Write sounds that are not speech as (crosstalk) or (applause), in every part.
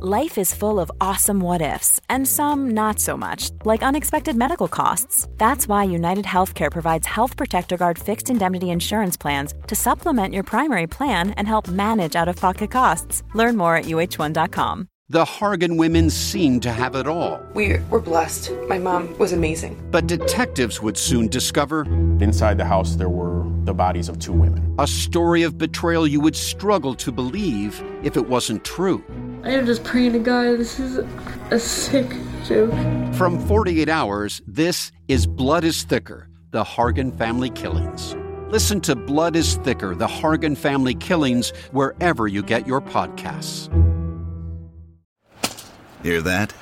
Life is full of awesome what ifs, and some not so much, like unexpected medical costs. That's why United Healthcare provides Health Protector Guard fixed indemnity insurance plans to supplement your primary plan and help manage out of pocket costs. Learn more at uh1.com. The Hargan women seemed to have it all. We were blessed. My mom was amazing. But detectives would soon discover inside the house there were the bodies of two women. a story of betrayal you would struggle to believe if it wasn't true. I am just praying to God. This is a sick joke. From 48 Hours, this is Blood is Thicker The Hargan Family Killings. Listen to Blood is Thicker The Hargan Family Killings wherever you get your podcasts. Hear that?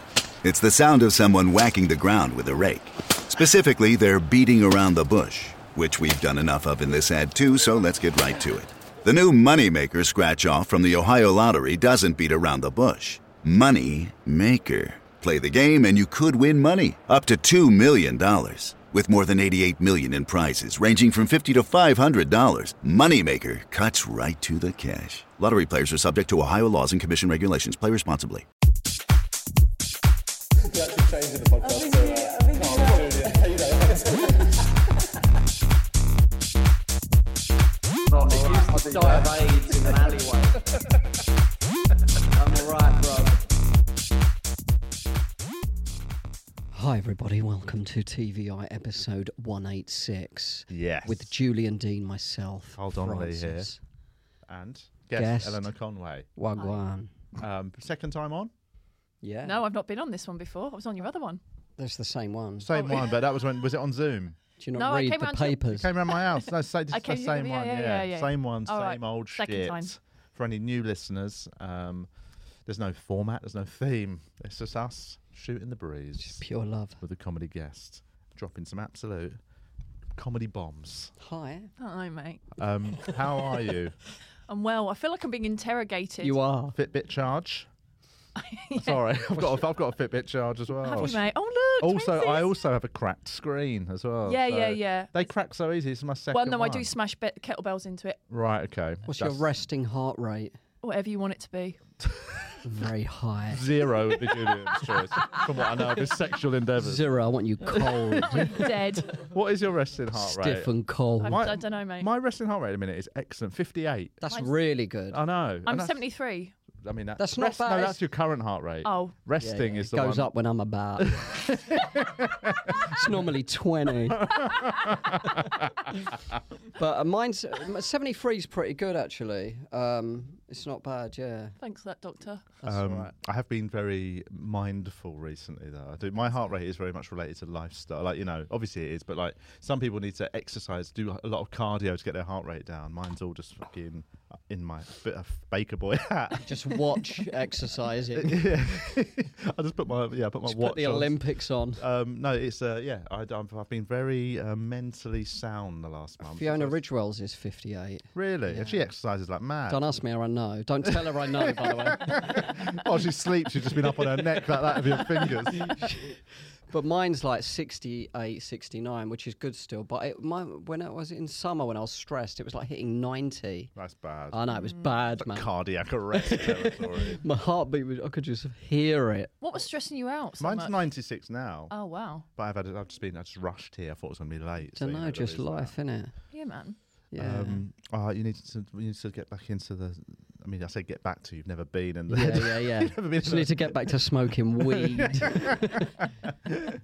It's the sound of someone whacking the ground with a rake. Specifically, they're beating around the bush, which we've done enough of in this ad too, so let's get right to it. The new Moneymaker scratch off from the Ohio Lottery doesn't beat around the bush. Money Maker. Play the game and you could win money up to $2 million. With more than 88 million in prizes ranging from 50 to $500, Moneymaker cuts right to the cash. Lottery players are subject to Ohio laws and commission regulations. Play responsibly. die of AIDS in an alleyway. I'm alright, bro. Hi, everybody. Welcome to TVI episode 186. Yes. With Julian Dean, myself. Hold on, Lee, here. Francis, and guest, Guest. Eleanor Conway. Wagwan. Um, second time on, Um, Yeah. No, I've not been on this one before. I was on your other one. Oh. That's the same one. Do same one, but that was when was it on Zoom? you not No, I read came the round to- papers? Came around (laughs) my house. No, say, I just came- the same yeah, one. yeah, Yeah, yeah, yeah. same one, All same right, old second shit. time. For any new listeners, um, there's no format, there's no theme. It's just us shooting the breeze Just pure love. with a comedy guest, dropping some absolute comedy bombs. Hi. Hello, mate. Um, how are you? (laughs) I'm well. I feel like I'm being interrogated. You are. Fitbit (laughs) charge. Sorry, I've got a, I've got a Fitbit charge as well. Have you, mate? Oh, look. Also, I twinsies. also have a cracked screen as well. Yeah, yeah, so yeah. They crack so easy. It's my second. Well, no, I one. do smash be- kettlebells into it, Right. Okay. What's That's your resting heart rate? whatever you want it to be. Very high. Zero would be Julian's choice. From what I know of (laughs) his sexual endeavours. Zero. I (laughs) want you cold, Dead. What is your resting heart rate? stiff, and cold. I'm- I don't know, mate. My resting heart rate at the minute is excellent, fifty-eight. That's really good. I know. I'm and that's- 73. I mean, that, That's not Uh, rest- bad, No, it's- that's your current heart rate. Oh. Yeah, resting yeah, is it the goes one. up when I'm (laughs) about. it's normally 20. (laughs) but uh, mine's 73 is pretty good actually. Um, it's not bad, yeah. Thanks for that, doctor. Um, I have been very mindful recently, though. I do, my heart rate is very much related to lifestyle. Like you know, obviously it is, but like some people need to exercise, do a lot of cardio to get their heart rate down. Mine's all just fucking in my bit of baker boy hat. (laughs) Just watch exercising. I just put my yeah, I put my Just watch. put the on. Olympics on. Um, no, it's uh, yeah. I, I've, I've been very uh, mentally sound the last month. Fiona It's- Ridgewell's is 58. Really, and she exercises like mad. Don't ask me or I know. Don't tell her I know, by the (laughs) way. While she sleeps, she's just been up on her neck like that with your (laughs) fingers. But mine's like 68, 69, which is good still. But it, my, when it was in summer, when I was stressed, it was like hitting 90. That's bad. I know, it was bad, man. Cardiac arrest territory. My heartbeat was, I could just hear it. What was stressing you out? So Mine's much? 96 now, Oh, wow. but I've had I've just been I just rushed here. I thought it was gonna be late. so, Don't you know, there just is that. life, innit? Yeah, man. Yeah. Um, (laughs) all right, you need to you need to get back into the. I mean, I say get back to. You've never been in the. (laughs) yeah, yeah, yeah. You've never been Just in need to get back to (laughs) smoking weed. the,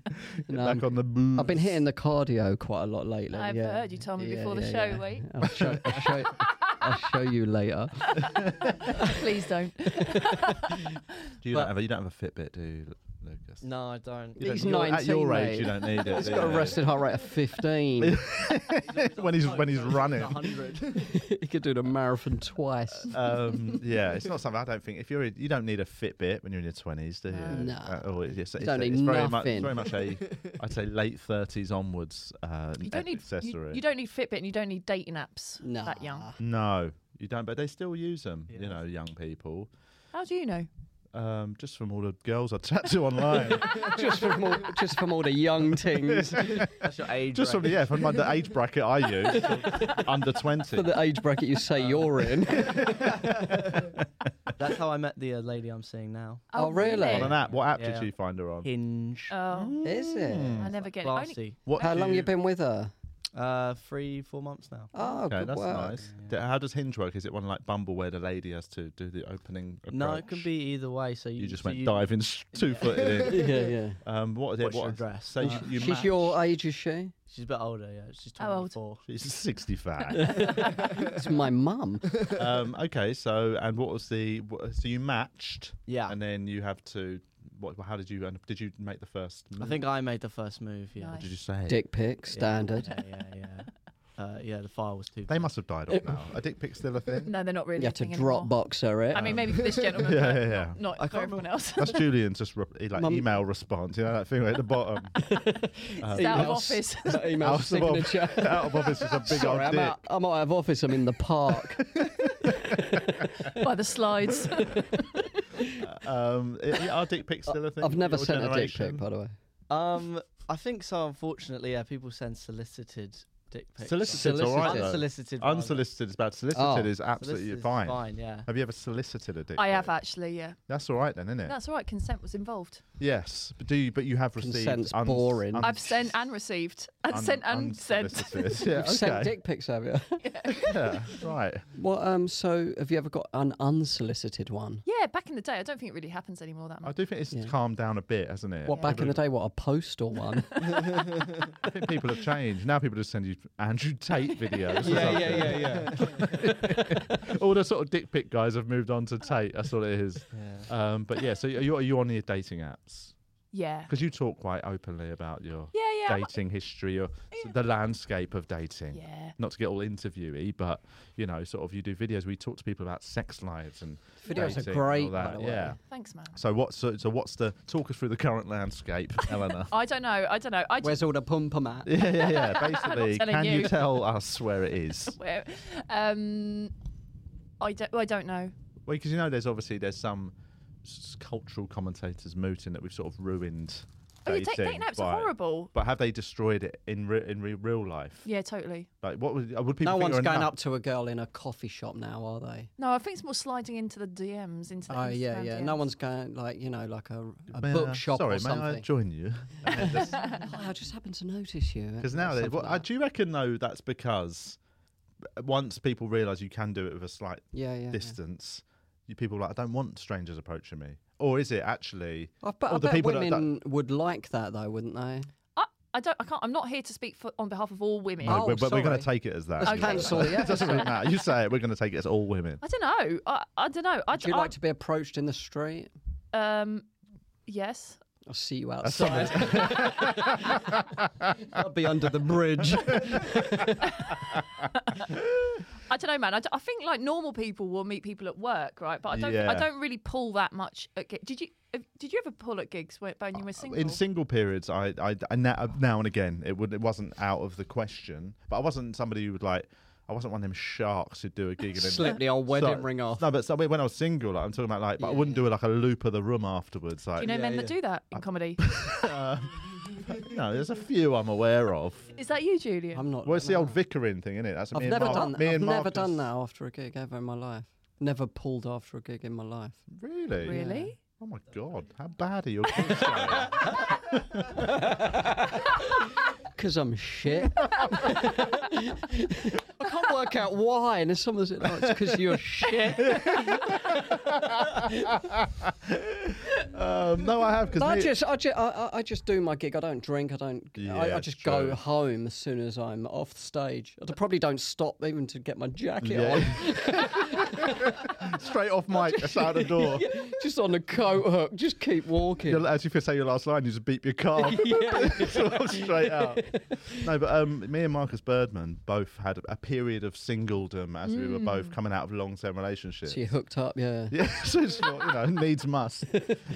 No, back on the booze. I've been hitting the cardio quite a lot lately. I've yeah. heard you told me before the show, wait. I'll show, I'll, show, I'll show you (laughs) later. Please don't. Do you, don't have a, you don't have a Fitbit, do you, Lucas? No, I don't. You don't- He's you're- 19. At your mate. age, you don't need it. He's do got you? a rested heart rate of (laughs) 15. when he's when he's running. he could do the marathon twice. (laughs) Um, yeah, it's not something I don't think. If you're, a, you don't need a Fitbit when you're in your twenties, do you? No. Uh, or it's, it's, You don't it's need very much, nothing. it's (laughs) very much a, I'd say late thirties onwards. Uh, You don't need accessory. You, you don't need Fitbit and you don't need dating apps Nah. that young. No, you don't. But they still use them. You know, young people. How do you know? Um, just from all the girls I chat to (laughs) online. just from all, just from all the (laughs) young things That's your age. just from the, range. yeah, from like, the age bracket I (laughs) use, so under twenty. for the age bracket you say you're (laughs) in. That's how I met the uh, lady I'm seeing now. Oh, really? on an app. What app Yeah. did you find her on? Hinge. Oh, Is it? I never get it. I only- Classy. What How do long you been with her? Uh, three, four months now. Oh, Okay, good that's work. nice. D- How does Hinge work? Is it one like Bumble where the lady has to do the opening? Approach? No, it could be either way. So you, You just so went you- diving (laughs) s- two footed in. (laughs) Yeah, yeah. Um, what? What's what your address? Uh, So you, you She's match- your age, is she? She's a bit older. Yeah, she's How old? 24. She's (laughs) sixty five. It's my (laughs) mum. um, okay, so and what was the? wha- So you matched. Yeah. And then you have to. What? How did you? Did you make the first? Move? I think I made the first move. Yeah. Nice. Did you say? Dick pic, standard. Yeah, yeah, yeah. Uh, yeah, the file was too. (laughs) They must have died off now. Are dick pics still (laughs) a thing? No, they're not really. You have to a thing drop anymore. boxer it. I mean, maybe for this gentleman, Yeah, but yeah, yeah. not I for can't everyone remember- else. (laughs) That's Julian's just re- like Mum- email response. You know that thing right at the bottom. It's out of Emails. office. (laughs) That email Out of off- (laughs) signature. out of office is a (laughs) big Sorry, old I'm dick. out, I'm out of office. I'm in the park. by the (laughs) slides. (laughs) Um, i- are dick pics (laughs) still a thing? I've for never your sent a dick generation? pic, by the way. Um, I think so. Unfortunately, yeah, people send solicited dick pics. Solicited's all right. though. Unsolicited. rather. Unsolicited is bad. Solicited Oh. is absolutely Solicited's fine. Fine, yeah. Have you ever solicited a dick? I pic? have actually, yeah. That's all right then, isn't it? That's all right. Consent was involved. Yes, but do you? But you have received. Consent's boring. I've sent and received, and un- sent and sent. (laughs) unsolicited. yeah, You've sent okay. dick pics, have you? (laughs) (laughs) Yeah, right. Well, um, so have you ever got an unsolicited one? Yeah, back in the day, I don't think it really happens anymore that I much. do think it's Yeah. calmed down a bit, hasn't it? What back in the day? What a postal one? (laughs) I think people have changed. Now people just send you Andrew (laughs) Tate videos. or something. yeah. (laughs) All the sort of dick pic guys have moved on to Tate. That's all it is. Um, but yeah, so are you, are you on your dating apps? Yeah. Because you talk quite openly about your Yeah, yeah. I'm- dating history or s- the landscape of dating. Yeah. Not to get all interviewee, but you know, sort of you do videos. We talk to people about sex lives and Videos are dating and great, all by that, the way. Yeah. Thanks, man. So what's so, so what's the talk us through the current landscape, (laughs) Eleanor? I don't know. I don't know. I just (laughs) Where's all the pum pum at? (laughs) yeah, yeah, (laughs) yeah. Basically, telling can you. you. (laughs) tell us where it is? where, um, I don't. I don't know. Well, because you know, there's obviously there's some s- cultural commentators mooting that we've sort of ruined. Oh, yeah, dating, date, dating apps by- are horrible. But have they destroyed it in re- in re- real life? Yeah, totally. Like, what would, would people? No think one's you're a going nut? up to a girl in a coffee shop now, are they? No, I think it's more sliding into the DMs, into the Oh yeah, Instagram yeah. DMs. No one's going like you know like a, a May I- bookshop Sorry, or may I something. (laughs) join you? (laughs) Oh, I just happened to notice you. Because now, they, well, I do reckon though that's because uh, once people realise you can do it with a slight Yeah, yeah. yeah. distance, you, people are like, I don't want strangers approaching me. Or is it actually? I bet, or I the bet people that- that- women would like that though, wouldn't they? I, I don't. I can't. I'm not here to speak for on behalf of all women. No, Oh, we're, we're going sorry. to take it as that. Let's anyway. cancel (laughs) the it doesn't really matter. You say it, we're going to take it as all women. I don't know. I, I don't know. I, Would you I- like to be approached in the street? Um, yes. I'll see you That's outside. I'll be under the bridge. I don't know, man. I, d- I think like normal people will meet people at work, right? But I don't. Yeah. I don't really pull that much. At gi- did you? uh, Did you ever pull at gigs when, when you were single? Uh, In single periods, I, I, I now, now and again, it would it wasn't out of the question, but I wasn't somebody who would like. I wasn't one of them sharks who'd do a gig and then Slip the old wedding So- ring off. No, but so, when I was single, like, I'm talking about like, but I wouldn't do like a loop of the room afterwards. do Like, you know you men that do that in (laughs) comedy? know, there's a few I'm aware of. Is that you, Julian? I'm not. Well, it's the no. old vicaring thing, isn't it? That's I've me and never Mark- done that. me I've and never Marcus. done that after a gig ever in my life. Never pulled after a gig in my life. Really? really? Oh my god, how bad are your gigs? going? Because I'm shit. (laughs) I can't work out why. And if someone's like, oh, it's because you're (laughs) shit. (laughs) um, no, I have because I just, I just, I, I- I just do my gig. I don't drink. I don't. I, Yeah, I just true. go home as soon as I'm off stage. I d- probably don't stop even to get my jacket (laughs) straight off mic, that's out the door. on. (laughs) just on a coat hook. Just keep walking. You're, as you say your last line, you just beep your car. (laughs) (laughs) It's all straight out. No, but um, me and Marcus Birdman both had a period of singledom as we were both Mm. coming out of long-term relationships. So (laughs) you're hooked up. Yeah. Yeah, so it's not, you know, (laughs) needs must.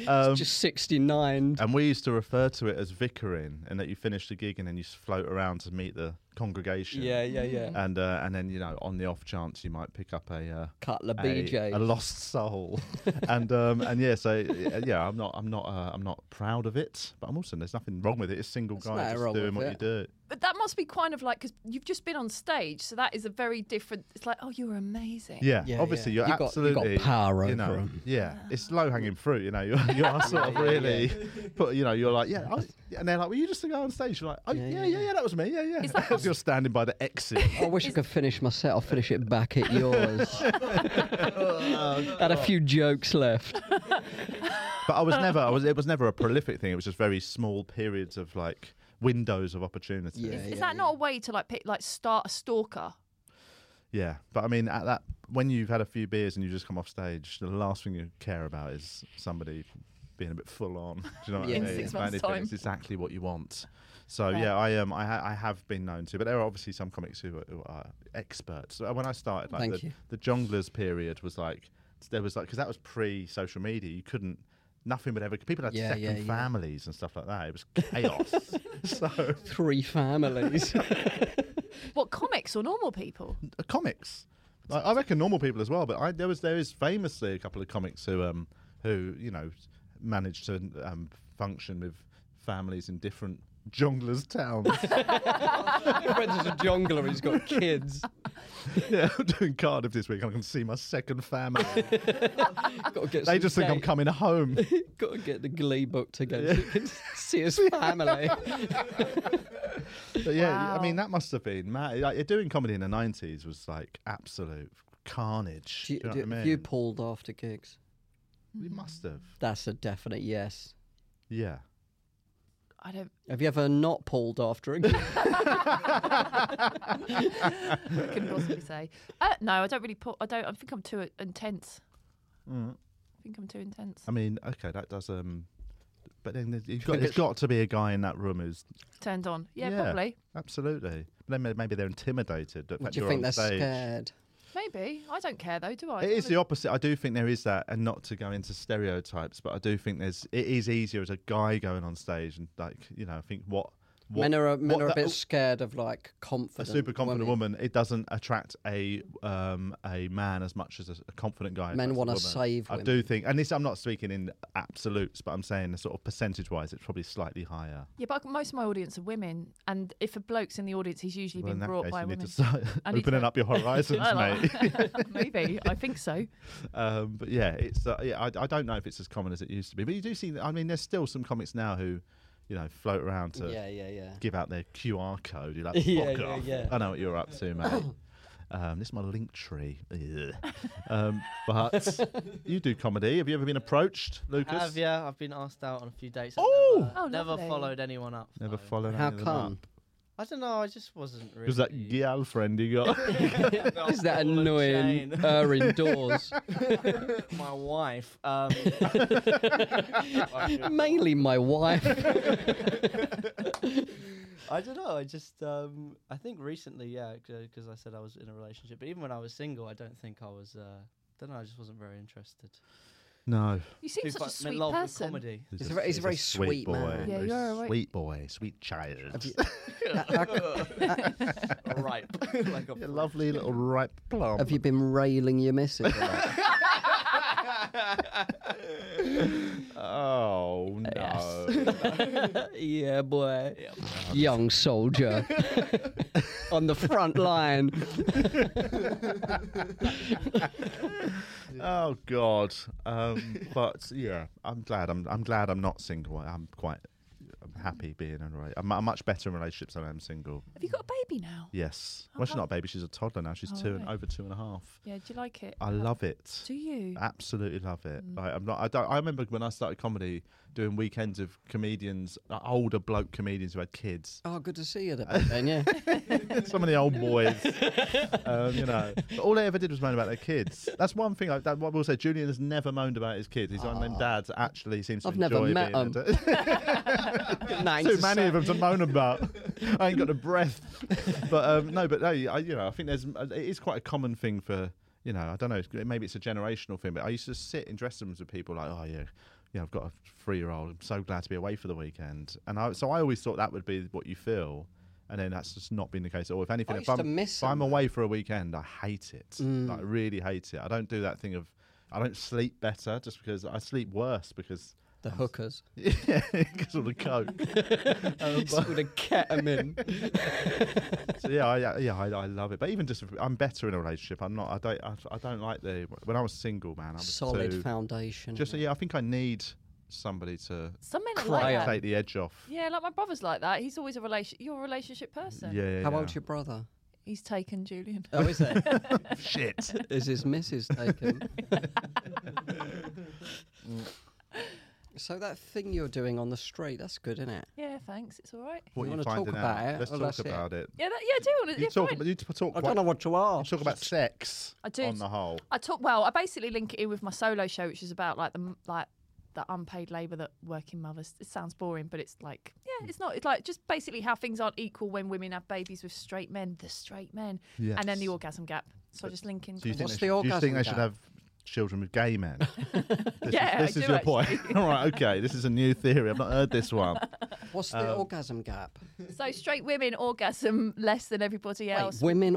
Um, Just 69. and we used to refer to it as vicaring, and that you finish the gig and then you s- float around to meet the congregation. Yeah, yeah, yeah. And uh, and then you know, on the off chance, you might pick up a uh, Cutler a- BJ. a, lost (laughs) soul. and um, and yeah, so uh, yeah, I'm not I'm not uh, I'm not proud of it, but I'm also there's nothing wrong with it. It's single There's guy nothing just wrong doing with what it. you do. But that must be kind of like because you've just been on stage, so that is a very different. It's like, oh, you're amazing. Yeah, Yeah, obviously yeah. you're You got- you got absolutely power over you know, 'em. Yeah, Ah. it's low hanging fruit. You know, (laughs) you you are sort of really, (laughs) but you know, you're like yeah, I was, and they're like, well, you just to go on stage. You're like, oh yeah, yeah, yeah, that was me. Yeah, yeah. (laughs) Is that As you're standing by the exit. I wish I could finish my set. I'll finish it back (laughs) at yours. Oh, Had a few jokes left. but I was (laughs) never, I was, it was never a prolific thing. It was just very small periods of like windows of opportunity. Yeah, Is yeah, that not a way to like pick, like start a stalker? Yeah, but I mean, at that when you've had a few beers and you just come off stage, the last thing you care about is somebody being a bit full on. (laughs) Do you know what Yeah. I In mean? six If months' anything, time. It's exactly what you want. So yeah, I um, I, ha- I have been known to, but there are obviously some comics who are, who are experts. So when I started, like Thank the, you. the jonglers period was like there was like because that was pre-social media. You couldn't. Nothing would ever. People had Yeah, second yeah, yeah. families and stuff like that. It was chaos. (laughs) so Three (laughs) families. (laughs) What comics or normal people? uh, comics. Like, I reckon normal people as well, but I, there was there is famously a couple of comics who um who you know managed to um, function with families in different (laughs) jonglers towns, (laughs) Brendan's a jongler. He's got kids. yeah, I'm doing Cardiff this week. and I can see my (laughs) second family. Got to get they some just think I'm date. (laughs) coming home. Got to get the Glee book to go. So you can (laughs) see his (laughs) family. But yeah, I mean that must have been mad. Like, doing comedy in the '90s was like absolute carnage. do, you- do you know do- what I have mean? you Mm. pulled after gigs? you must have. That's a definite yes. (laughs) Yeah. I don't. Have you ever not pulled after (laughs) a gig? I couldn't possibly say. Uh, no, I don't really put. I don't. I think I'm too uh, intense. I think I'm too intense. Mm. I mean, okay, that does um. But then there's- you've got, think there's it's- got to be a guy in that room who's Turned on. Yeah, probably. Absolutely. But then may- maybe they're intimidated. that What do you're you think on they're stage. scared? Maybe. I don't care though, do I? It is the opposite. I do think there is that, and not to go into stereotypes, but I do think there's. It is easier as a guy going on stage, and like you know, I think what, what men are a, men what are a the- bit scared of like a confident. super confident women. woman. It doesn't attract a um a man as much as a, a confident guy. Men attracts a wanna woman. save I women. do think, and this I'm not speaking in absolutes, but I'm saying sort of percentage wise, it's probably slightly higher. Yeah, but most of my audience are women, and if a bloke's in the audience, he's usually Well, in been that brought case, by you women. need to start (laughs) I need opening to- up your (laughs) horizons, Well, mate. (laughs) Maybe. I think so. (laughs) Um, but yeah, it's uh, yeah. I, I don't know if it's as common as it used to be, but you do see. I mean, there's still some comics now who, you know, float around to Yeah, yeah, yeah. give out their QR code. You're like, (laughs) fuck Yeah, yeah, off. yeah. I know what you're up (coughs) to, mate. Um, this is my link tree. Ugh. um, (laughs) but you do comedy. Have you ever been approached, Lucas? I have, yeah. I've been asked out on a few dates. I've Ooh! Never, Oh, never lovely. followed anyone up. Never though. followed How any of them come? up? I don't know. I just wasn't really. Was that gal friend you (laughs) got? (laughs) Is that Paul and Jane. annoying? (laughs) Her indoors, my wife. Um, (coughs) mainly my wife. I don't know. I just, um, I think recently, yeah, because I said I was in a relationship. But even when I was single, I don't think I was. Uh, don't know. I just wasn't very interested. (laughs) no. You seem Too such a fu- I'm in sweet love with person. comedy. He's, a very- he's a very sweet boy. man. Yeah, Very you're all right. sweet boy, sweet child. ripe. like a a lovely little ripe plum. Have you been railing your missus? a (laughs) lot? Oh no! yeah, boy. Young (laughs) soldier on the front (laughs) line. (laughs) Oh god! Um, but yeah, I'm glad. I'm I'm glad I'm not single. I'm quite. I'm happy being in a relationship. I'm, I'm much better in relationships than I am single. Have you got a baby now? Oh, Yes. Well, she's not a baby. She's a toddler now. She's two and right. over two and a half. Yeah, do you like it? I love it. Do you? Mm. Absolutely love it. Like, I'm not. I don't. I remember when I started comedy, doing weekends of comedians, like, older bloke comedians who had kids. Oh, good to see you then. Yeah, (laughs) Some of the old boys, um, you know. But all they ever did was moan about their kids. That's one thing. I, that, what we'll say, Julian has never moaned about his kids. He's one of them dads that actually seems to Ah. I've never enjoy met being a 'em. dad. (laughs) Too many of them to moan about. I ain't got the breath. But um, no, but no, I, you know, I think there's it is quite a common thing for you know. I don't know. Maybe it's a generational thing, but I used to sit in dressing rooms with people like, oh yeah. You know, I've got a three-year-old. I'm so glad to be away for the weekend, and I, so I always thought that would be what you feel, And then that's just not been the case at all. If anything, I if used to I'm, miss if I'm 'em. away for a weekend, I hate it. Mm. Like, I really hate it. I don't do that thing of I don't sleep better just because I sleep worse because (laughs) (laughs) The hookers. yeah, because of the coke. Um, It's but- with a (laughs) ketamine. so yeah, I, yeah, yeah, I, I love it. But even just, if- I'm better in a relationship. I'm not. I don't. I, I don't like the. When I was single, man, I was Solid too- foundation. Just yeah, I think I need somebody to Some men are Cry like out. that. take the edge off. Oh, Yeah, like my brother's like that. He's always a relation. You're a relationship person. yeah, yeah. How yeah. old's your brother? He's taken Julian. Oh, is it? (laughs) (laughs) shit? is his missus taken? (laughs) so that thing you're doing on the street, that's good, isn't it? Yeah, thanks. It's all right. You What are you wanna talk finding about out? it? Let's Well, talk that's it. about it. Yeah, that, yeah. Do you want to? You Yeah, talk. fine. You t- talk. I quite- don't know what to you ask. talk about sex. I do. On the whole, I talk well. I basically link it in with my solo show, which is about like the m- like the unpaid labour that working mothers. It sounds boring, but it's like yeah, it's not. It's like just basically how things aren't equal when women have babies with straight men, the straight men, and then the Yes. orgasm gap. So I just link in. do you think, What's they the should, do you orgasm think they should gap? have children with (laughs) gay men? this Yeah, I is, this is do your point. (laughs) All right, okay. This is a new theory. I've not heard (laughs) this one. What's the orgasm gap? so straight women orgasm less than everybody Wait, else. women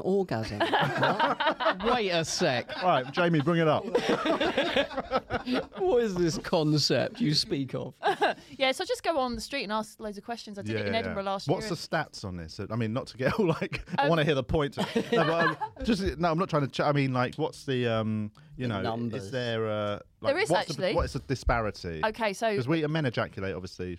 (laughs) orgasm. What? Wait a sec. right, Jamie, bring it up. What is this concept you speak of? yeah, so I just go on the street and ask loads of questions. I did it in Edinburgh last What's year. Um, the stats on this? I mean, not to get all like, I want to hear the points. no, but, (laughs) um, just no, I'm not trying to. Ch- I mean, like, what's the um, you The know, numbers. is there a like, There is what's actually. the, what is the disparity? okay, so because we men ejaculate obviously,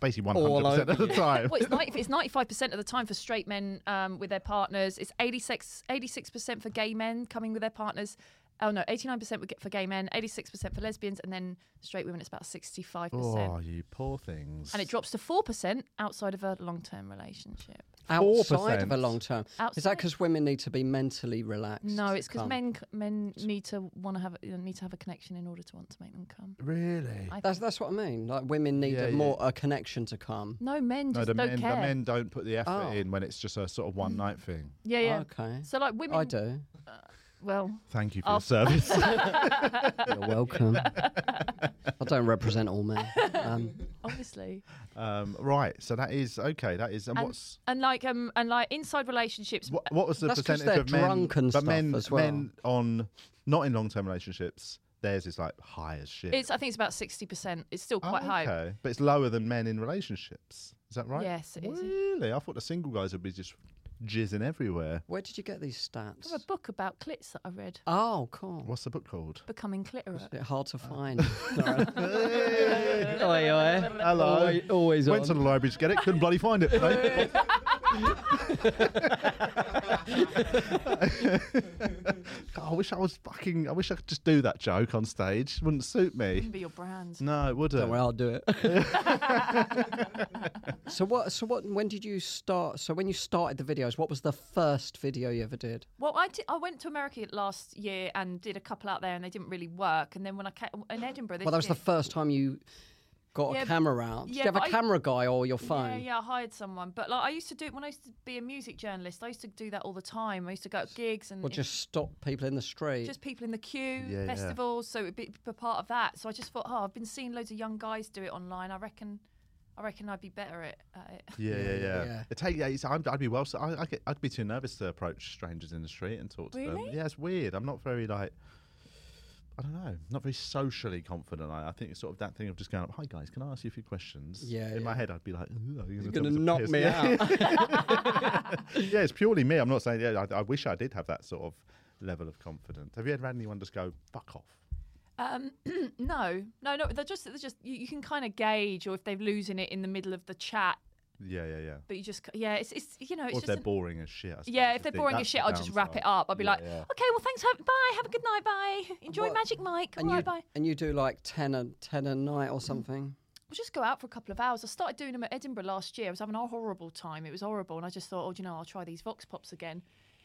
basically All 100 percent over of the you. time. Well, it's, 90, it's 95% of the time for straight men um, with their partners. It's 86, 86% for gay men coming with their partners. Oh, no, 89% would get for gay men, 86% for lesbians, and then straight women, it's about 65%. oh, you poor things. And it drops to 4% outside of a long term relationship. Outside of 4%. a long term. Is that Outside. because women need to be mentally relaxed? No, to it's because come? men c- men need to want to have a- need to have a connection in order to want to make them come. (laughs) really. I That's think- that's what I mean. Like women need Yeah, a yeah. more a connection to come. no, men No, just the don't men, care. the men don't put the effort Oh. in when it's just a sort of one night thing. yeah, yeah. Okay. So like women, (laughs) I do. well, Thank you for Oh. (laughs) your service. You're welcome. I don't represent all men. Um, (laughs) obviously. (laughs) um, right, so that is okay. That is, and, And- what's and like um and like inside relationships, What, what was the That's 'cause percentage they're of men? drunk and but stuff men, as well. men on not in long-term relationships, theirs is like high as shit. It's I think it's about sixty percent. It's still Oh, quite high. okay. but it's lower than men in relationships. Is that right? Yes, it is. Really, I thought the single guys would be just jizzing everywhere. where did you get these stats? I have a book about clits that I read, Oh, cool. What's the book called? becoming clitorate. Bit hard to (laughs) find. Sorry. Hey! Oi, oi. Hello. Always, always Went on. to the library to get it. Couldn't bloody find it. mate. God, I wish I was fucking. I wish I could just do that joke on stage. Wouldn't suit me. Wouldn't be your brand. No, it wouldn't. Don't worry, I'll do it. (laughs) so what? So what? When did you start? So when you started the videos, what was the first video you ever did? Well, I did- I went to America last year and did a couple out there, and they didn't really work. And then when I came in Edinburgh, this Well, that was the year- first time you got Yeah, a camera out. Did yeah, you have a but I- camera guy or your phone? Yeah, yeah, I hired someone, but like I used to do when I used to be a music journalist. I used to do that all the time. I used to go to gigs and Or just stop people in the street? just people in the queue, Yeah, yeah. festivals. So it'd be, be part of that. So I just thought, oh, I've been seeing loads of young guys do it online. I reckon, I reckon I'd be better at, at it. Yeah, yeah, yeah. yeah. It take, yeah, it's- I'm, I'd be well. So I, I get, I'd be too nervous to approach strangers in the street and talk to them. Really? Yeah, it's weird. I'm not very like. I don't know. Not very socially confident. I, I think it's sort of that thing of just going up. Hi guys, can I ask you a few questions? Yeah, In my yeah. head, I'd be like, "Ugh, You're you're gonna tell knock piss." me Yeah. (laughs) out. yeah, it's purely me. I'm not saying. Yeah, I, I wish I did have that sort of level of confidence. Have you ever had anyone just go fuck off? Um, (clears throat) no, no, no. They're just, they're just. You, you can kind of gauge, or if they're losing it in the middle of the chat, Yeah, yeah, yeah. but you just, c- yeah, it's, it's, you know, it's or if just. they're an- boring as shit. I suppose, yeah, is if they're the- boring as that's shit, the I'll just wrap it downside. up. I'll be Yeah, like, yeah. okay, well, thanks. Have, bye. Have a good night. Bye. Enjoy What- Magic Mike. and bye. you bye. and you do like ten a ten a night or something. We'll just go out for a couple of hours. I started doing them at Edinburgh last year. I was having a horrible time. It was horrible, and I just thought, oh, do you know, I'll try these Vox Pops again.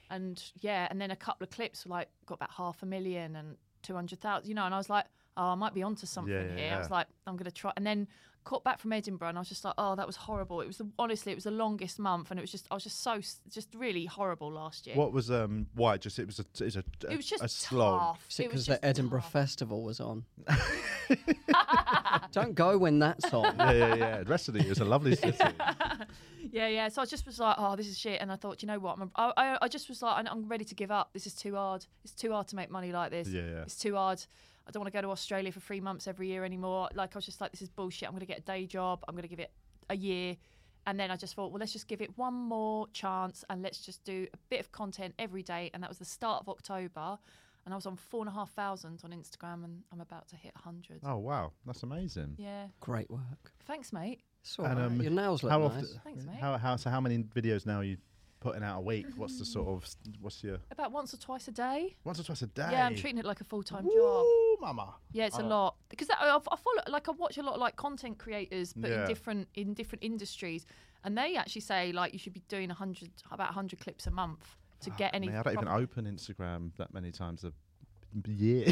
And yeah, and then a couple of clips were like got about half a million and two hundred thousand, you know. And I was like, oh, I might be onto something yeah, here. I was yeah. like, I'm gonna try. And then caught back from Edinburgh, and I was just like, oh, that was horrible. It was the, honestly, it was the longest month, and it was just I was just so s- just really horrible last year. What was um why just it was a it was a, It was just a slog. tough. Is it It was because the just Edinburgh tough. Festival was (laughs) on? Don't go when that's on. (laughs) Yeah, yeah, yeah. The rest of the year is a lovely city. Yeah, yeah. So I just was like, oh, this is shit. And I thought, you know what? I'm, I, I- I just was like, I'm- I'm ready to give up. This is too hard. It's too hard to make money like this. Yeah, yeah. It's too hard. I don't want to go to Australia for three months every year anymore. Like, I was just like, this is bullshit. I'm going to get a day job. I'm going to give it a year. And then I just thought, well, let's just give it one more chance and let's just do a bit of content every day. And that was the start of October. And I was on four and a half thousand on Instagram and I'm about to hit 100. Oh wow, that's amazing. Yeah. Great work. Thanks, mate. It's all right. Your nails look um, how nice. Often, Thanks, mate. How, how so? How many videos now are you putting out a week? What's the sort of what's your About once or twice a day. once or twice a day? Yeah, I'm treating it like a full time job. Ooh, mama. Yeah, it's a Oh. lot because that, I, I follow like I watch a lot of like content creators, but Yeah. in different in different industries, and they actually say like you should be doing hundred about hundred clips a month to get any. Ah, I, mean, I don't even proper- open Instagram that many times a year.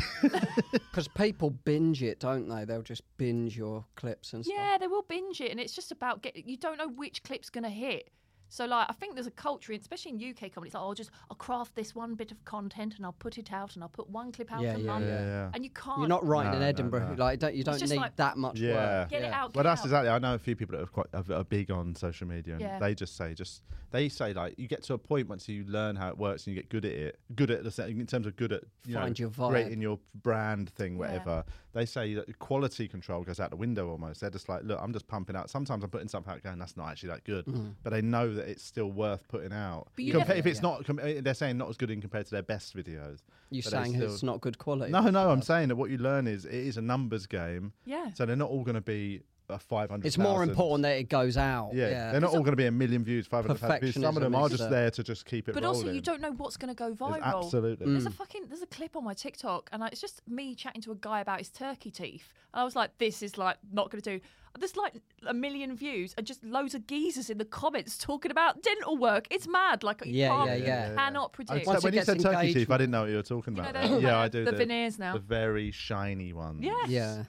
Because people binge it, don't they? They'll just binge your clips and stuff. Yeah, they will binge it, and it's just about get. You don't know which clip's gonna hit. So like I think there's a culture, in- especially in UK companies, like "Oh, I'll just I'll craft this one bit of content and I'll put it out and I'll put one clip out Yeah, a yeah, month, yeah, yeah. and you can't. You're not writing in No, no, Edinburgh. no. Like, don't, you don't just need like- that much Yeah. work. Get it yeah. out. well, get it that's out. exactly. I know a few people that have quite have, are big on social media, and Yeah. they just say just they say like you get to a point once you learn how it works and you get good at it, good at the se- in terms of good at you Find know, your vibe. creating your brand thing, whatever. They say that quality control goes out the window almost. They're just like, look, I'm just pumping out. Sometimes I'm putting something out, going, that's not actually that good, Mm-hmm. but they know that it's still worth putting out. But you Compa- never- if it's not, com- eh, they're saying not as good in compared to their best videos. You but they saying still- it's not good quality. No, no, I'm saying that what you learn is it is a numbers game. Yeah. So they're not all going to be a 500. It's more important that it goes out. Yeah, they're not all going to be a million views, 500,000 views. Some of them Perfectionism are is just the- there to just keep it But rolling. also, you don't know what's going to go There's viral. Mm. Absolutely. There's a fucking there's a clip on my TikTok, and I, it's just me chatting to a guy about his turkey teeth. And I was like, "This is like not going to do." There's like a million views, and just loads of geezers in the comments talking about dental work. It's mad. Like you Yeah, can't, yeah, yeah. cannot I, predict. Once when it you said gets turkey teeth, I engagement- didn't know what you were talking You know (laughs) about. those- yeah, I do. the veneers now. The very shiny ones. Yes. Yeah.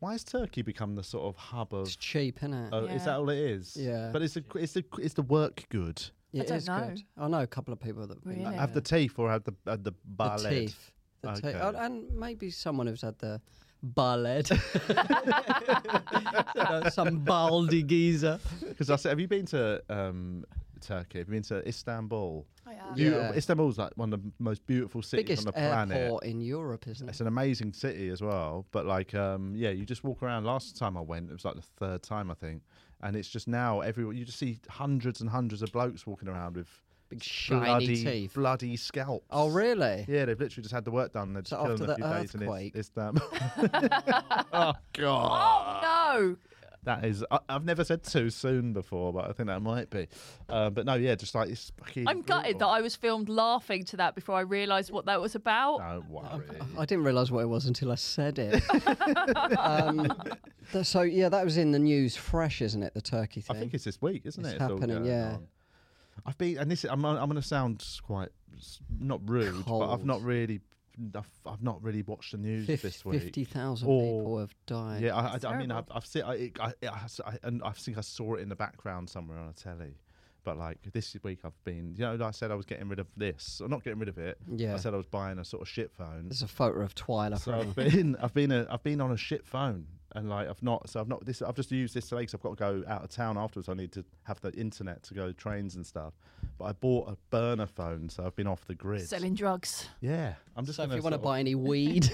Why has Turkey become the sort of hub of? It's cheap, isn't it? Oh, Is Yeah. that all it is? Yeah. But it's the it's the it's the work good. It don't is know. good. I know a couple of people that have been Really? there. Have the teeth or have the have the The bar lead? teeth. The teeth. Okay. Oh, and maybe someone who's had the bar (laughs) lead. Some baldy geezer. Because I said, have you been to um, Turkey? Have you been to Istanbul? I have. You- Yeah. Istanbul's like one of the most beautiful cities Biggest on the planet. airport in Europe, isn't It's it? an amazing city as well. But like, um, yeah, you just walk around. Last time I went, it was like the third time I think, and it's just now everywhere. You just see hundreds and hundreds of blokes walking around with Big shiny bloody, teeth. bloody scalps. Oh, really? Yeah, they've literally just had the work done. They're just So killing after them a the few days in earthquake- Is- (laughs) Istanbul. (laughs) oh god. Oh, No. That is, I, I've never said too soon before, but I think that might be. Uh, but no, yeah, just like it's fucking. I'm gutted that brutal. I was filmed laughing to that before I realised what that was about. Don't worry. I didn't realise what it was until I said (laughs) it. um, th- so yeah, that was in the news fresh, isn't it? The turkey I thing. think it's this week, isn't It's it? all happening, going yeah. on. I've been, and this, I'm, I'm going to sound quite s- not rude, but I've Cold. not really, I've, I've not really watched the news Fif- this week. fifty thousand Or- people have died. Yeah, I, That's I, I mean, I've, terrible. I've seen, I, I, I, I- and I think I saw it in the background somewhere on a telly. But like this week, I've been, you know, I said I was getting rid of this, or not getting rid of it. I Yeah. said I was buying a sort of shit phone. There's a photo of Twyla. So I've been, I've been, a, I've been on a shit phone, and like I've not, so I've not. This, I've just used this today because I've got to go out of town afterwards. I need to have the internet to go trains and stuff. But I bought a burner phone, so I've been off the grid. Selling drugs. Yeah, I'm just. so if gonna you want to sort of- buy (laughs) any weed,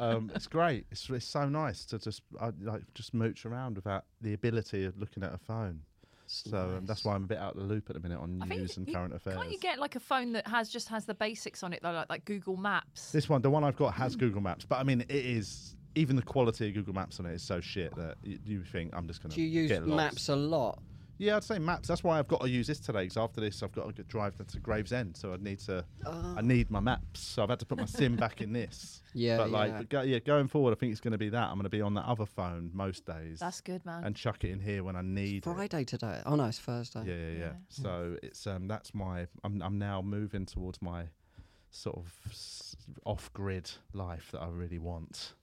(laughs) um, it's great. It's, it's so nice to just I, like just mooch around without the ability of looking at a phone. So um, that's why I'm a bit out of the loop at the minute on I think news and you- current affairs. Can't you get like a phone that has just has the basics on it though, like, like Google Maps? This one, the one I've got, has Google Maps, but I mean, it is even the quality of Google Maps on it is so shit that you, you think I'm just going (laughs) to do you use get lost. maps a lot? Yeah, I'd say maps. That's why I've got to use this today because after this, I've got to go drive to Gravesend, so I need to. I need my maps, so I've had to put my SIM back in this. Yeah, but like, yeah. but go, yeah, going forward, I think it's going to be that. I'm going to be on the other phone most days. That's good, man. And chuck it in here when I need. it. Friday today. Oh no, it's Thursday. Yeah, yeah, yeah, So it's um that's my I'm I'm now moving towards my sort of s- off-grid life that I really want.